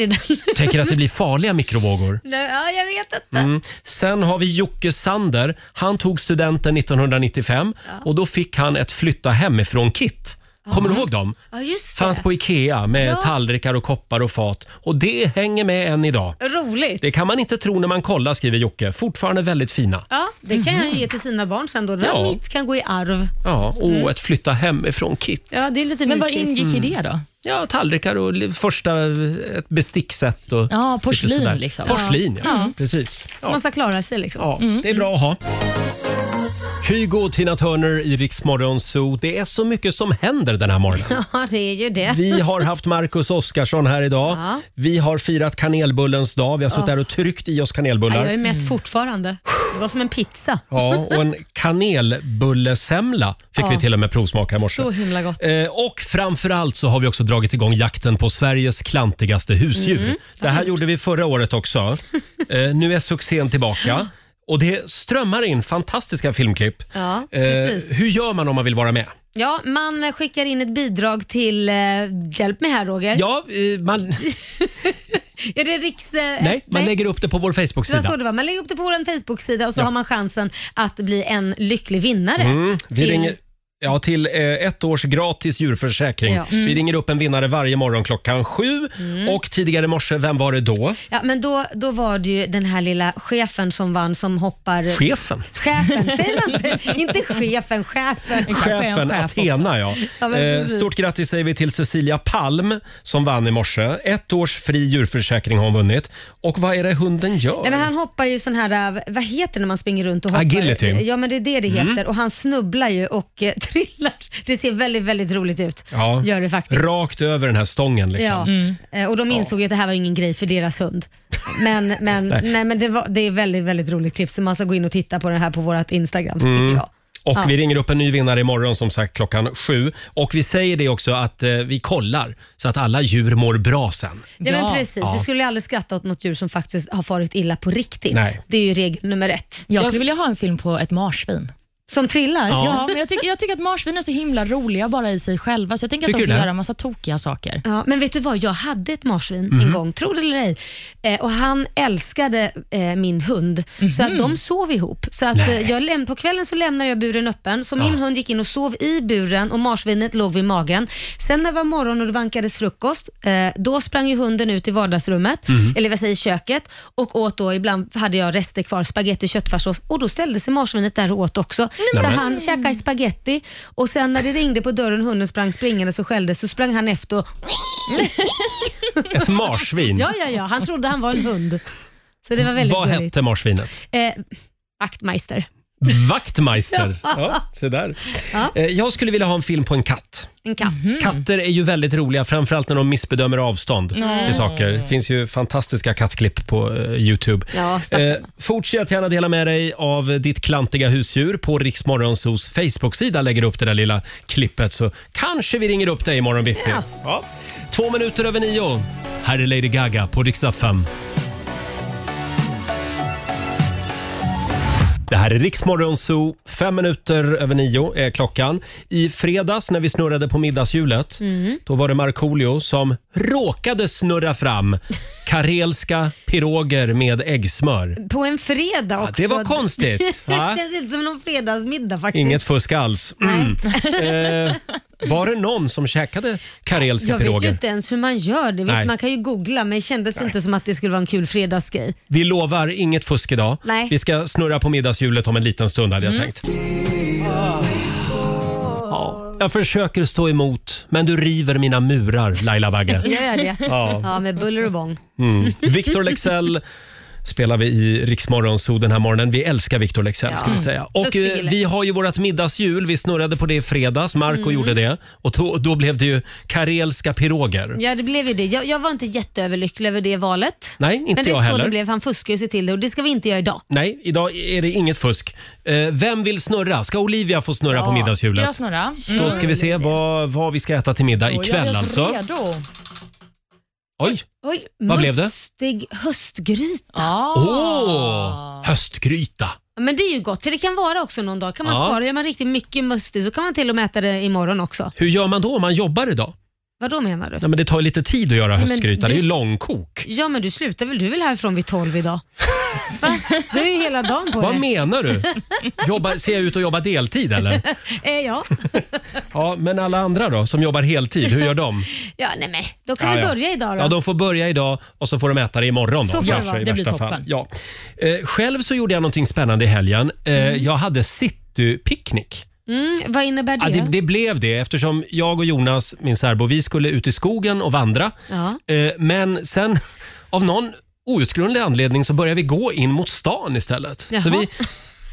S2: i den?
S1: Tänker att det blir farliga mikrovågor.
S2: Nej, ja, jag vet inte.
S1: Mm. Sen har vi Jocke Sander. Han tog studenten 1995 och då fick han ett flytta hemifrån-kit. Kommer du
S2: Ja.
S1: ihåg dem?
S2: Ja, just det.
S1: Fanns på IKEA med
S2: Ja.
S1: tallrikar och koppar och fat. Och det hänger med än idag.
S2: Roligt.
S1: Det kan man inte tro när man kollar, skriver Jocke. Fortfarande väldigt fina.
S2: Ja, det kan jag ge till sina barn sen då.
S1: Mhm. Ja.
S2: Ja. Mitt kan gå i arv.
S1: Ja, och
S2: Mm.
S1: ett flytta hemifrån-kit.
S2: Ja, det är lite
S3: Men vad
S2: mysigt.
S3: ingick i
S1: Mm.
S3: det då?
S1: Ja, tallrikar och li- första eh, ett bestickset. Och
S3: Ja,
S1: lite
S3: porslin
S1: sådär.
S3: liksom.
S1: Porslin, ja.
S3: Ja.
S1: Mm. Precis.
S2: Så man
S1: Ja.
S2: ska klara sig liksom.
S1: Ja, det är bra att ha. Kygo och Tina Turner i Rix Morgon Zoo. Det är så mycket som händer den här morgonen.
S2: Ja, det är ju det.
S1: Vi har haft Marcus Oskarsson här idag.
S2: Ja.
S1: Vi har firat kanelbullens dag. Vi har suttit
S2: Ja.
S1: där och tryckt i oss
S2: Ja,
S1: kanelbullar.
S2: jag är mätt fortfarande. Det var som en pizza.
S1: Ja, och en kanelbullesemla fick
S2: Ja.
S1: vi till och med provsmaka i morse.
S2: Så himla gott.
S1: Eh, Och framförallt så har vi också dragit igång jakten på Sveriges klantigaste husdjur.
S2: Mm.
S1: Det här gjorde vi förra året också. Eh, Nu är succén tillbaka och det strömmar in fantastiska filmklipp.
S2: Ja,
S1: Eh,
S2: precis.
S1: Hur gör man om man vill vara med?
S2: Ja, man eh, skickar in ett bidrag till, eh, hjälp mig här Roger.
S1: Ja, eh, man,
S2: Är det Riks... eh,
S1: nej, man lägger upp det på vår
S2: Det var så
S1: Facebook-sida.
S2: det var. Man lägger upp det på vår Facebook-sida och så
S1: Ja.
S2: har man chansen att bli en lycklig vinnare.
S1: Mm, vi
S2: till-
S1: ringer, Ja, till eh, ett års gratis djurförsäkring.
S2: Ja. Mm.
S1: Vi ringer upp en vinnare varje morgon klockan sju.
S2: Mm.
S1: Och tidigare i morse, vem var det då?
S2: Ja, men då, då var det ju den här lilla chefen som vann som hoppar...
S1: Chefen.
S2: Chefen, säger man inte? inte chefen, chefen.
S1: Chefen Athena, ja.
S2: Ja, men
S1: Eh,
S2: precis.
S1: Stort grattis säger vi till Cecilia Palm som vann i morse. Ett års fri djurförsäkring har hon vunnit. Och vad är det hunden gör?
S2: Nej, men han hoppar ju sån här, äh, vad heter det när man springer runt och hoppar?
S1: Agility.
S2: Ja, men det är det det heter.
S1: Mm.
S2: Och han snubblar ju och eh, trillar. Det ser väldigt, väldigt roligt ut.
S1: Ja,
S2: Gör det faktiskt.
S1: Rakt över den här stången liksom.
S2: Ja, eh, och de insåg ju att det här var ingen grej för deras hund. Men, men,
S1: Nej.
S2: nej. men det, var, det är väldigt, väldigt roligt klipp så man ska gå in och titta på det här på vårt Instagram så
S1: Mm.
S2: tycker jag.
S1: Och
S2: Ja.
S1: vi ringer upp en ny vinnare imorgon som sagt klockan sju. Och vi säger det också att eh, vi kollar så att alla djur mår bra sen.
S2: Ja, men precis.
S1: Ja.
S2: Vi skulle ju aldrig skratta åt något djur som faktiskt har farit illa på riktigt.
S1: Nej.
S2: Det är ju regel nummer ett.
S3: Jag skulle vilja ha en film på ett marsvin.
S2: Som trillar?
S3: Ja, men jag tycker, jag tycker att marsvin är så himla roliga bara i sig själva, så jag tänker att
S2: Tycker
S3: de
S2: du
S3: kan
S2: det?
S3: göra en massa tokiga saker.
S2: Ja, men vet du vad, jag hade ett marsvin
S3: Mhm.
S2: en gång, tro det eller ej. Eh, och han älskade eh, min hund, så att de sov ihop. Så att,
S3: Nej.
S2: eh, jag läm- på kvällen så lämnade jag buren öppen, så min hund gick in och sov i buren och marsvinet låg vid magen. Sen när det var morgon och det vankades frukost, eh, då sprang ju hunden ut i vardagsrummet,
S10: Mhm.
S2: eller vad säger köket, och åt då, ibland hade jag rester kvar, spagetti och köttfärssås, och då ställde sig marsvinet där och åt också.
S10: men.
S2: så han käkade spagetti och sen när det ringde på dörren och hunden sprang springande och skällde, så sprang han efter och
S1: Ett marsvin.
S2: Ja, ja, ja. Han trodde han var en hund. Så det var väldigt
S1: vad
S2: gulligt.
S1: hette marsvinet?
S2: Eh, Vaktmeister.
S1: Vaktmeister.
S2: Ja.
S1: Ja, se där.
S2: Ja.
S1: Eh, Jag skulle vilja ha en film på en katt.
S2: En katt.
S1: Katter är ju väldigt roliga, framförallt när de missbedömer avstånd
S2: Mm.
S1: till saker. Det finns ju fantastiska kattklipp på eh, Youtube. Eh,
S2: Ja, stackarn.
S1: fortsätt gärna dela med dig av ditt klantiga husdjur. På Riksmorgonsos Facebook-sida lägger du upp det där lilla klippet så kanske vi ringer upp dig imorgon bitti.
S10: Ja.
S1: Ja. Två minuter över nio. Här är Lady Gaga på Riksdag 5. Det här är Riksmorgon Zoo. Fem minuter över nio är klockan. I fredags när vi snurrade på middagshjulet,
S10: Mm.
S1: då var det Markoolio som råkade snurra fram karelska piroger med äggsmör.
S2: På en fredag också.
S1: det var konstigt. Ja.
S2: det känns inte som någon fredagsmiddag faktiskt.
S1: Inget fusk alls. Mm. Eh, var det någon som käkade karelska
S2: jag vet ju
S1: piroger?
S2: inte ens hur man gör det. Visst,
S1: Nej.
S2: man kan ju googla, men det kändes inte som att det skulle vara en kul fredagsgrej.
S1: Vi lovar inget fusk idag.
S2: Nej.
S1: Vi ska snurra på middagshjulet om en liten stund hade jag
S2: Mm.
S1: tänkt. Ja, jag försöker stå emot, men du river mina murar Laila Bagge.
S2: Gör jag det?
S1: Ja.
S2: ja, med buller och bång.
S1: Mm. Victor Lexell spelar vi i Riksmorgon Zoo den här morgonen. Vi älskar Victor Lexell ska vi
S10: Ja.
S1: säga. Och
S10: Duktig
S1: eh,
S10: kille.
S1: vi har ju vårt middagshjul. Vi snurrade på det i fredags. Marco
S2: Mm.
S1: gjorde det. Och då, då blev det ju karelska piroger.
S2: Ja, det blev ju det. Jag, jag var inte jätteöverlycklig över det valet.
S1: Nej, inte
S2: men det är
S1: jag
S2: så
S1: heller.
S2: det blev. Han fuskade ju sig till det och det ska vi inte göra idag.
S1: Nej, idag är det inget fusk. Eh, vem vill snurra? Ska Olivia få snurra på
S3: Ska
S1: middagshjulet?
S3: jag snurra? Mm.
S1: Då ska vi se vad, vad vi ska äta till middag ikväll alltså.
S3: Jag är redo.
S1: Oj!
S2: Oj,
S1: Vad blev det?
S2: mustig höstgryta.
S3: Ah.
S1: Åh! höstgryta.
S2: Ja, Men det är ju gott, för det kan vara också någon dag. Kan man
S1: Ja.
S2: spara, gör man riktigt mycket mustig så kan man till och med äta det imorgon också.
S1: Hur gör man då om man jobbar idag?
S2: Vad då menar du?
S1: Nej, men det tar ju lite tid att göra
S2: Nej, men
S1: höstgryta. Det är ju
S2: du-
S1: långkok.
S2: Ja men du slutar väl, du är väl härifrån vid 12 idag? Va? Du är ju hela dagen på
S1: Vad
S2: det.
S1: menar du? Jobbar, ser jag ut att jobba deltid eller?
S2: Eh, ja.
S1: Ja, men alla andra då som jobbar heltid, hur gör de?
S2: ja, nej men då kan
S1: Ja,
S2: vi
S1: ja.
S2: börja idag då.
S1: Ja, de får börja idag och så får de äta det imorgon.
S2: Så
S1: då,
S2: får det
S1: kanske,
S2: vara.
S1: i
S2: Det blir
S1: värsta fall.
S2: toppen.
S1: Ja. Eh, själv så gjorde jag någonting spännande i helgen. Eh, Jag hade citypicknick.
S2: mm, vad innebär det?
S1: Ja, det, det blev det eftersom jag och Jonas, min särbo, vi skulle ut i skogen och vandra.
S2: Ja.
S1: Eh, Men sen av någon outgrundlig anledning så började vi gå in mot stan istället. Så
S2: Jaha.
S1: vi,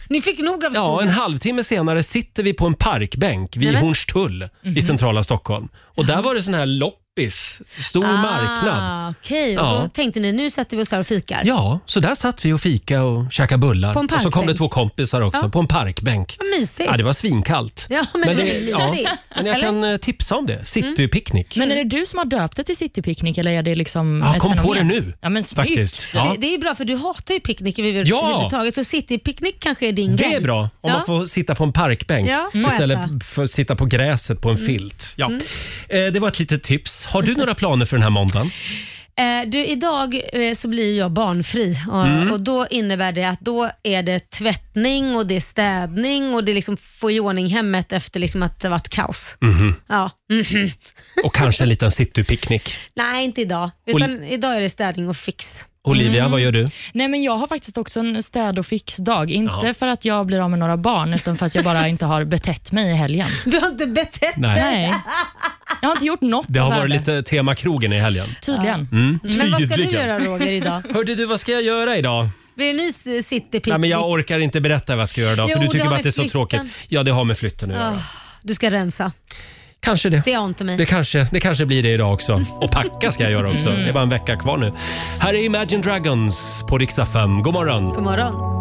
S2: Ni fick nog av
S1: ja,
S2: skogen.
S1: en halvtimme senare sitter vi på en parkbänk vid
S2: Nämen.
S1: Hornstull
S2: Mhm.
S1: i centrala Stockholm. Och där var det sån här loppis, stor
S2: Ah.
S1: marknad.
S2: Okej,
S1: Ja.
S2: och då tänkte ni nu sätter vi oss här och fikar.
S1: Ja, så där satt vi och fika och käkade bullar.
S2: På en
S1: och så kom det
S2: parkbänk.
S1: två kompisar också
S2: Ja.
S1: på en parkbänk.
S2: Vad mysigt.
S1: Ja, det var svinkallt.
S2: Ja, men det var mysigt.
S1: men jag
S2: Eller? Mm.
S1: kan eh, tipsa om det. Citypicknick.
S3: Men är det du som har döpt det till citypicknick eller är det liksom
S1: Ja,
S3: ett
S1: kom på
S3: fenomen?
S1: det nu,
S3: Ja, men snyggt.
S1: faktiskt. Ja.
S2: Det, det är bra för du hatar ju picknick över-
S1: Ja.
S2: överhuvudtaget, så citypicknick kanske är din
S1: Det
S2: grej.
S1: är bra om
S2: Ja.
S1: man får sitta på en parkbänk
S2: Ja, och
S1: istället
S2: äta.
S1: för att sitta på gräset på en
S2: Mm.
S1: filt. Ja.
S2: Mm.
S1: Eh, Det var ett litet tips. Har du några planer för den här måndagen?
S2: Eh, du, idag eh, så blir jag barnfri och,
S10: Mm.
S2: och då innebär det att då är det tvättning och det är städning och det är liksom få i ordning hemmet efter liksom att det varit kaos.
S1: Mhm.
S2: Ja. mhm.
S1: Och kanske en liten citypicknick.
S2: Nej, inte idag. Utan idag är det städning och fix.
S1: Olivia, vad gör du?
S3: Nej, men jag har faktiskt också en städ och fix-dag. Inte
S1: Jaha.
S3: för att jag blir av med några barn, utan för att jag bara inte har betett mig i helgen.
S2: Du har inte betett
S1: Nej. dig.
S3: Nej. Jag har inte gjort något
S1: Det har
S3: av
S1: varit
S3: värde.
S1: lite tema krogen i helgen.
S3: Tydligen.
S1: Mm,
S2: Men vad ska du
S1: tydligen.
S2: göra Roger idag?
S1: Hörde du, vad ska jag göra idag?
S2: Blir det en ny s- citypicknick?
S1: Nej, men jag orkar inte berätta vad jag ska göra idag,
S2: Jo,
S1: för du
S2: det
S1: tycker
S2: har
S1: bara att
S2: med
S1: det är så
S2: flytten.
S1: tråkigt. Ja, det har med flytten att göra.
S2: Ah, du ska rensa.
S1: Kanske det.
S2: Det har inte mig.
S1: Det kanske, det kanske blir det idag också. Och packa ska jag göra också.
S2: Mm.
S1: Det är bara en vecka kvar nu. Här är Imagine Dragons på riksdag 5. God morgon!
S2: God morgon.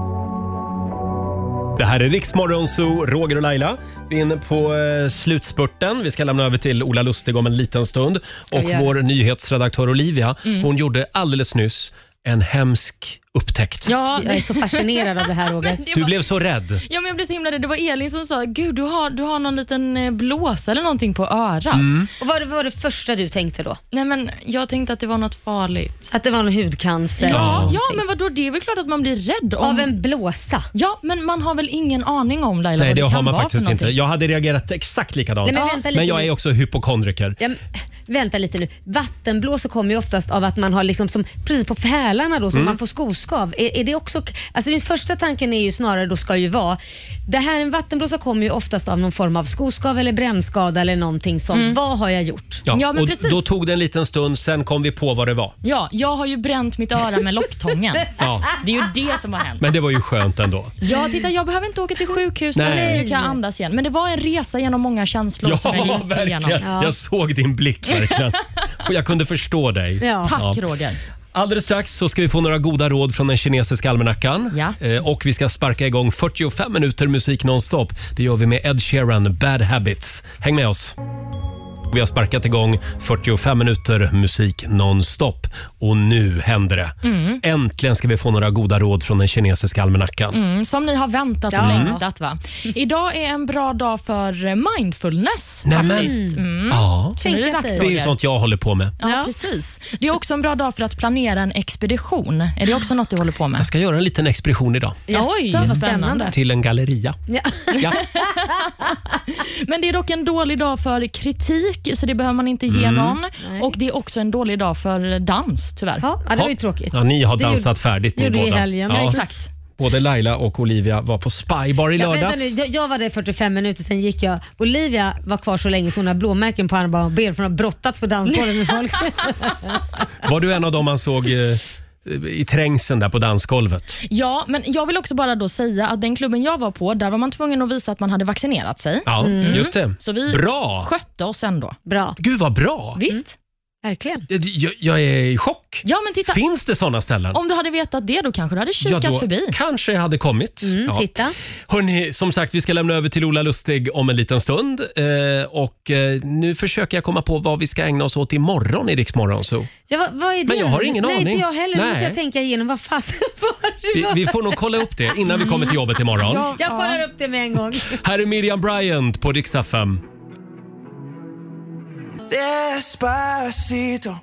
S1: Det här är Riksmorgon Zoo, Roger och Laila. Vi är inne på eh, slutspurten. Vi ska lämna över till Ola Lustig om en liten stund.
S12: vi
S1: och
S12: göra.
S1: vår nyhetsredaktör Olivia,
S3: Mm.
S1: hon gjorde alldeles nyss en hemsk upptäckt.
S3: Ja,
S2: Jag är så fascinerad av det här Roger.
S3: Det
S1: Du
S3: var-
S1: blev så rädd.
S3: Ja, men jag blev så himla rädd. Det var Elin som sa, gud du har, du har någon liten eh, blåsa eller någonting på örat.
S1: Mm.
S2: Och vad var det första du tänkte då?
S3: Nej, men jag tänkte att det var något farligt.
S2: Att det var någon hudcancer?
S3: Ja, ja men vadå, det är väl klart att man blir rädd. Om...
S2: Typ. Av en blåsa?
S3: Ja, men man har väl ingen aning om Laila
S1: Nej,
S3: vad
S1: det
S3: det
S1: har
S3: kan
S1: man
S3: vara
S1: faktiskt
S3: för
S1: inte.
S3: någonting.
S1: Jag hade reagerat exakt likadant.
S2: Nej, men vänta lite
S1: jag
S2: nu.
S1: är också hypokondriker.
S2: Ja, men, vänta lite nu. Vattenblåsor kommer ju oftast av att man har liksom som, precis på hälarna då som
S1: Mm.
S2: man får skoskav. Är, är det också, alltså din första tanken är ju snarare då ska ju vara, det här en vattenblåsa kommer ju oftast av någon form av skoskav eller brännskada eller någonting sånt.
S3: Mm.
S2: Vad har jag gjort?
S1: Ja, och Då tog det en liten stund, sen kom vi på vad det var.
S3: Ja, jag har ju bränt mitt öra med locktången.
S1: Ja.
S3: Det är ju det som har hänt.
S1: Men det var ju skönt ändå.
S3: Ja, titta jag behöver inte åka till sjukhuset.
S1: Nej.
S3: Nu kan jag andas igen. Men det var en resa genom många känslor
S1: Ja,
S3: som jag gick
S1: verkligen.
S3: igenom.
S1: Jag såg din blick verkligen. Och jag kunde förstå dig.
S3: Ja. Tack
S1: Ja.
S3: Roger.
S1: Alldeles strax så ska vi få några goda råd från den kinesiska almanackan.
S3: Ja.
S1: Eh, Och vi ska sparka igång 45 minuter musik nonstop. Det gör vi med Ed Sheeran, Bad Habits. Häng med oss! Vi har sparkat igång 45 minuter musik nonstop. Och nu händer det.
S3: Mm.
S1: Äntligen ska vi få några goda råd från den kinesiska almanackan.
S3: Mm, som ni har väntat och
S1: Ja.
S3: längtat. Va? Idag är en bra dag för eh, mindfulness.
S1: Nämen.
S3: faktiskt. Mm.
S1: Ja.
S3: Så nu är det dags,
S1: Det är ju
S3: Roger.
S1: sånt jag håller på med.
S3: Ja, precis. Det är också en bra dag för att planera en expedition. Är det också något du håller på med?
S1: Jag ska göra en liten expedition idag.
S3: Oj, vad spännande.
S1: Till en galleria. Ja.
S3: Men det är dock en dålig dag för kritik, så det behöver man inte ge
S1: Mm.
S3: någon. Och det är också en dålig dag för dans, tyvärr.
S2: Ja, det var ju tråkigt.
S1: Ja, ni har dansat färdigt ni båda.
S3: Ja. Exakt.
S1: Både Laila och Olivia var på Spybar i
S2: Ja, vänta
S1: lördags.
S2: nu, jag, jag var där i 45 minuter, sen gick jag. Olivia var kvar så länge så hon har blåmärken på armar och ben för hon har brottats på dansgolvet med folk.
S1: Var du en av dem man såg eh, i trängseln där på dansgolvet?
S3: Ja, men jag vill också bara då säga att den klubben jag var på, där var man tvungen att visa att man hade vaccinerat sig.
S1: Ja, just det.
S3: Så vi
S1: Bra. Mm.
S3: skötte oss ändå.
S2: Bra.
S1: Gud vad bra!
S3: Visst?
S2: Verkligen.
S1: Jag, jag- jag är i chock.
S3: Ja, men titta.
S1: Finns det såna ställen?
S3: Om du hade vetat det, då kanske du hade kikat
S1: då
S3: förbi.
S1: kanske jag hade kommit.
S3: Mm, titta.
S1: Hörrni, som sagt, vi ska lämna över till Ola Lustig om en liten stund. Eh, och eh, Nu försöker jag komma på vad vi ska ägna oss åt imorgon i Rix Morgon Zoo.
S2: Ja, vad, vad är det?
S1: Men jag har ingen
S2: Nej,
S1: aning.
S2: inte jag heller. Nu måste
S1: Nej.
S2: jag tänka igenom. Vad fasen var
S1: Vi,
S2: det?
S1: vi får nog kolla upp det innan vi kommer till jobbet imorgon.
S2: Jag, jag kollar upp det med en gång.
S1: Här är Miriam Bryant på Rix FM.
S6: Despacito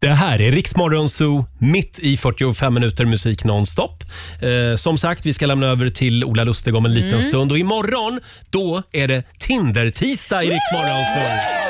S1: Det här är Riksmorgon Zoo, mitt i 45 minuter musik nonstop. Eh, som sagt, vi ska lämna över till Ola Lustig om en liten
S2: Mm.
S1: stund. Och imorgon, då är det Tinder-tisdag i Riksmorgon Zoo.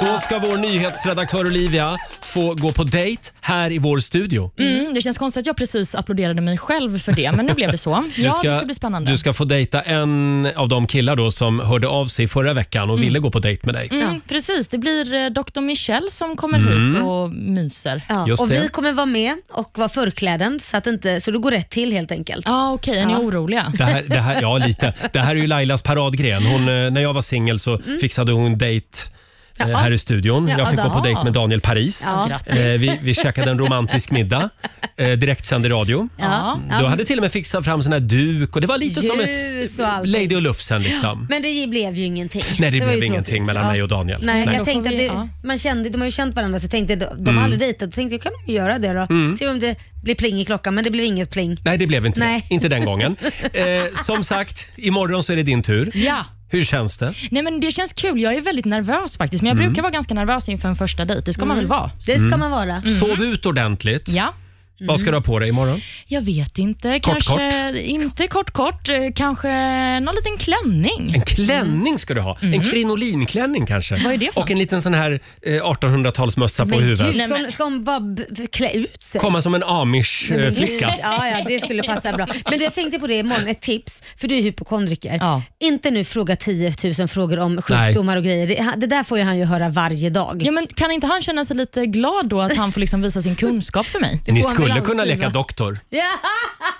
S1: Då ska vår nyhetsredaktör Olivia få gå på dejt här i vår studio.
S3: Mm, det känns konstigt att jag precis applåderade mig själv för det, men nu blev det så.
S1: Du
S3: Ja, det ska bli spännande.
S1: Du ska få dejta en av de killar då som hörde av sig förra veckan och
S3: Mm.
S1: ville gå på dejt med dig.
S3: Mm, precis, det blir eh, Dr. Michelle som kommer
S1: Mm.
S3: hit och myser.
S2: Ja,
S1: Just
S2: och
S1: det.
S2: vi kommer vara med och vara förkläden så, att inte, så det går rätt till helt enkelt.
S3: Ja, okej. Är ni oroliga?
S1: Det här, det här, ja, lite. Det här är ju Lailas paradgren. Hon, eh, när jag var singel så
S2: Mm.
S1: fixade hon dejt eh,
S2: Ja.
S1: här i studion.
S2: Ja,
S1: Jag fick gå på
S2: då.
S1: dejt med Daniel Paris.
S2: Ja.
S1: Eh, Vi, vi käkade en romantisk middag, eh, direktsänd i radio.
S2: Ja.
S1: Du hade till och med fixat fram sån här duk och det var lite som en
S2: Ljus och allt.
S1: Lady och Lufsen liksom.
S2: Men det blev ju ingenting.
S1: Nej, det,
S2: var ju
S1: blev ingenting
S2: tråkigt.
S1: mellan
S2: Ja.
S1: mig och Daniel.
S2: Nej,
S1: Nej.
S2: jag tänkte att
S3: vi-
S2: det,
S3: ja.
S2: man kände, de har ju känt varandra så jag tänkte de
S1: Mm.
S2: har aldrig dejtat. Så tänkte jag kan de göra det då?
S1: Mm.
S2: Se om det blir pling i klockan men det blev inget pling.
S1: Nej, det blev inte
S2: Nej.
S1: det. Inte den gången. Eh, som sagt, imorgon så är det din tur.
S3: Ja.
S1: Hur känns det?
S3: Nej, men det känns kul. Jag är väldigt nervös faktiskt. Men jag
S1: Mm.
S3: brukar vara ganska nervös inför en första dejt. Det ska man väl vara?
S1: Mm. Sov ut ordentligt.
S3: Ja.
S1: Vad ska du ha på dig imorgon?
S3: Jag vet inte.
S1: Kort,
S3: kanske Inte kort, kort. Eh, Kanske någon liten klänning.
S1: En klänning ska du ha.
S2: Mm.
S1: En krinolinklänning kanske.
S3: Vad är det för
S1: Och en liten sån här eh, 1800-talsmössa på huvudet.
S2: ska, hon, ska hon bara b- b- klä ut sig?
S1: Komma som en eh,
S2: Nej, men-
S1: amish-flicka.
S2: Ja, ja, det skulle passa bra. Men du, jag tänkte på det imorgon, ett tips, för du är hypokondriker. Inte nu fråga 10 000 frågor om sjukdomar och grejer. Det, det där får ju han ju höra varje dag.
S3: Ja, men kan inte han känna sig lite glad då att han får liksom visa sin kunskap för mig?
S1: Ni skulle kunna leka doktor
S2: Ja,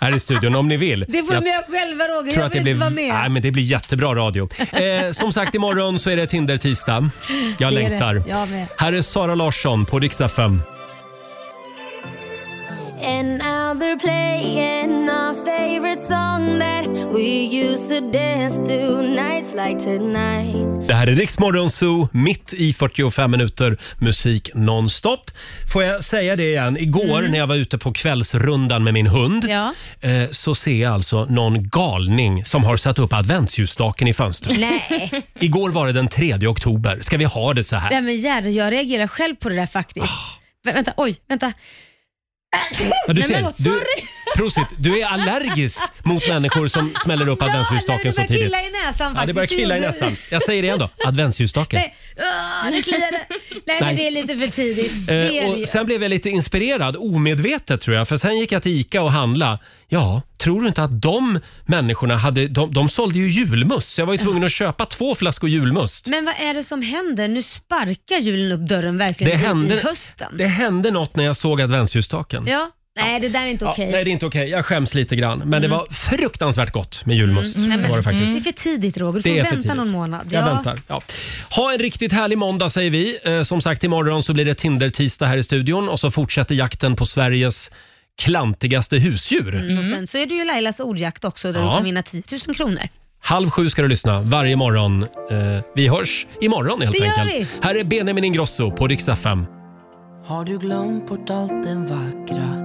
S1: här i studion om ni vill.
S2: det får
S1: Jag-
S2: de göra själva Roger,
S1: tror
S2: jag
S1: att det
S2: vill
S1: blir,
S2: inte vara med.
S1: Nej, men det blir jättebra radio. Eh, som sagt, imorgon så är det Tinder-tisdag. Jag
S2: Det är det.
S1: längtar.
S2: Jag med.
S1: Här är Sara Larsson på riksdag 5.
S7: And now they're playing our favorite song that we used to dance to nights like tonight.
S1: Det här är Riksmorgon Zoo, mitt i 45 minuter musik nonstop. Får jag säga det igen? Igår
S2: Mm.
S1: när jag var ute på kvällsrundan med min hund
S2: Ja.
S1: eh, så ser jag alltså någon galning som har satt upp adventsljusstaken i fönstret.
S2: Nej.
S1: Igår var det den 3 oktober. Ska vi ha det så här?
S2: Nej men Gerd, jag reagerar själv på det där faktiskt.
S1: Ah.
S2: Vä- vänta, oj, vänta.
S1: Ja, du
S2: Nej, men
S1: ser,
S2: vad-
S1: du,
S2: sorry.
S1: Prosit, du är allergisk mot människor som smäller upp adventsljusstaken så
S2: Ah, Det börjar
S1: tidigt.
S2: killa i näsan faktiskt.
S1: Ja, det börjar killa i
S2: gjorde
S1: näsan. Jag säger det igen då. Adventsljusstaken.
S2: Nej, åh, Ah, det kliade. Nej,
S1: Nej.
S2: men det är lite för tidigt. Det är
S1: Eh,
S2: det ju.
S1: och sen blev jag lite inspirerad, omedvetet tror jag, för sen gick jag till ICA och handla. Ja, tror du inte att de människorna hade, de, de sålde ju julmust. Jag var ju tvungen att köpa två flaskor julmust.
S2: Men vad är det som händer? Nu sparkar julen upp dörren verkligen
S1: Det
S2: i- i
S1: hände,
S2: hösten.
S1: det hände något när jag såg adventsljusstaken.
S2: Ja. Nej, det där är inte
S1: Ja,
S2: okej.
S1: nej, det är inte okej. Jag skäms lite grann. Men det
S2: Mm.
S1: var fruktansvärt gott med julmust.
S2: Mm, nej, men-
S1: Det var det faktiskt.
S2: det är för tidigt Roger. Du får
S1: Det är för
S2: vänta
S1: tidigt.
S2: någon månad.
S1: Jag
S2: Ja.
S1: väntar. Ja. Ha en riktigt härlig måndag säger vi. Eh, som sagt, imorgon så blir det Tinder-tisdag här i studion och så fortsätter jakten på Sveriges klantigaste husdjur.
S2: Och sen så är det ju Lailas ordjakt också där
S1: Mm. Ja.
S2: du kan vinna 10 000 kronor.
S1: Halv sju ska du lyssna varje morgon. Eh, vi hörs imorgon helt
S2: Det gör
S1: enkelt. Här är Benjamin Ingrosso på riksdag 5.
S12: Har du glömt bort allt det vackra?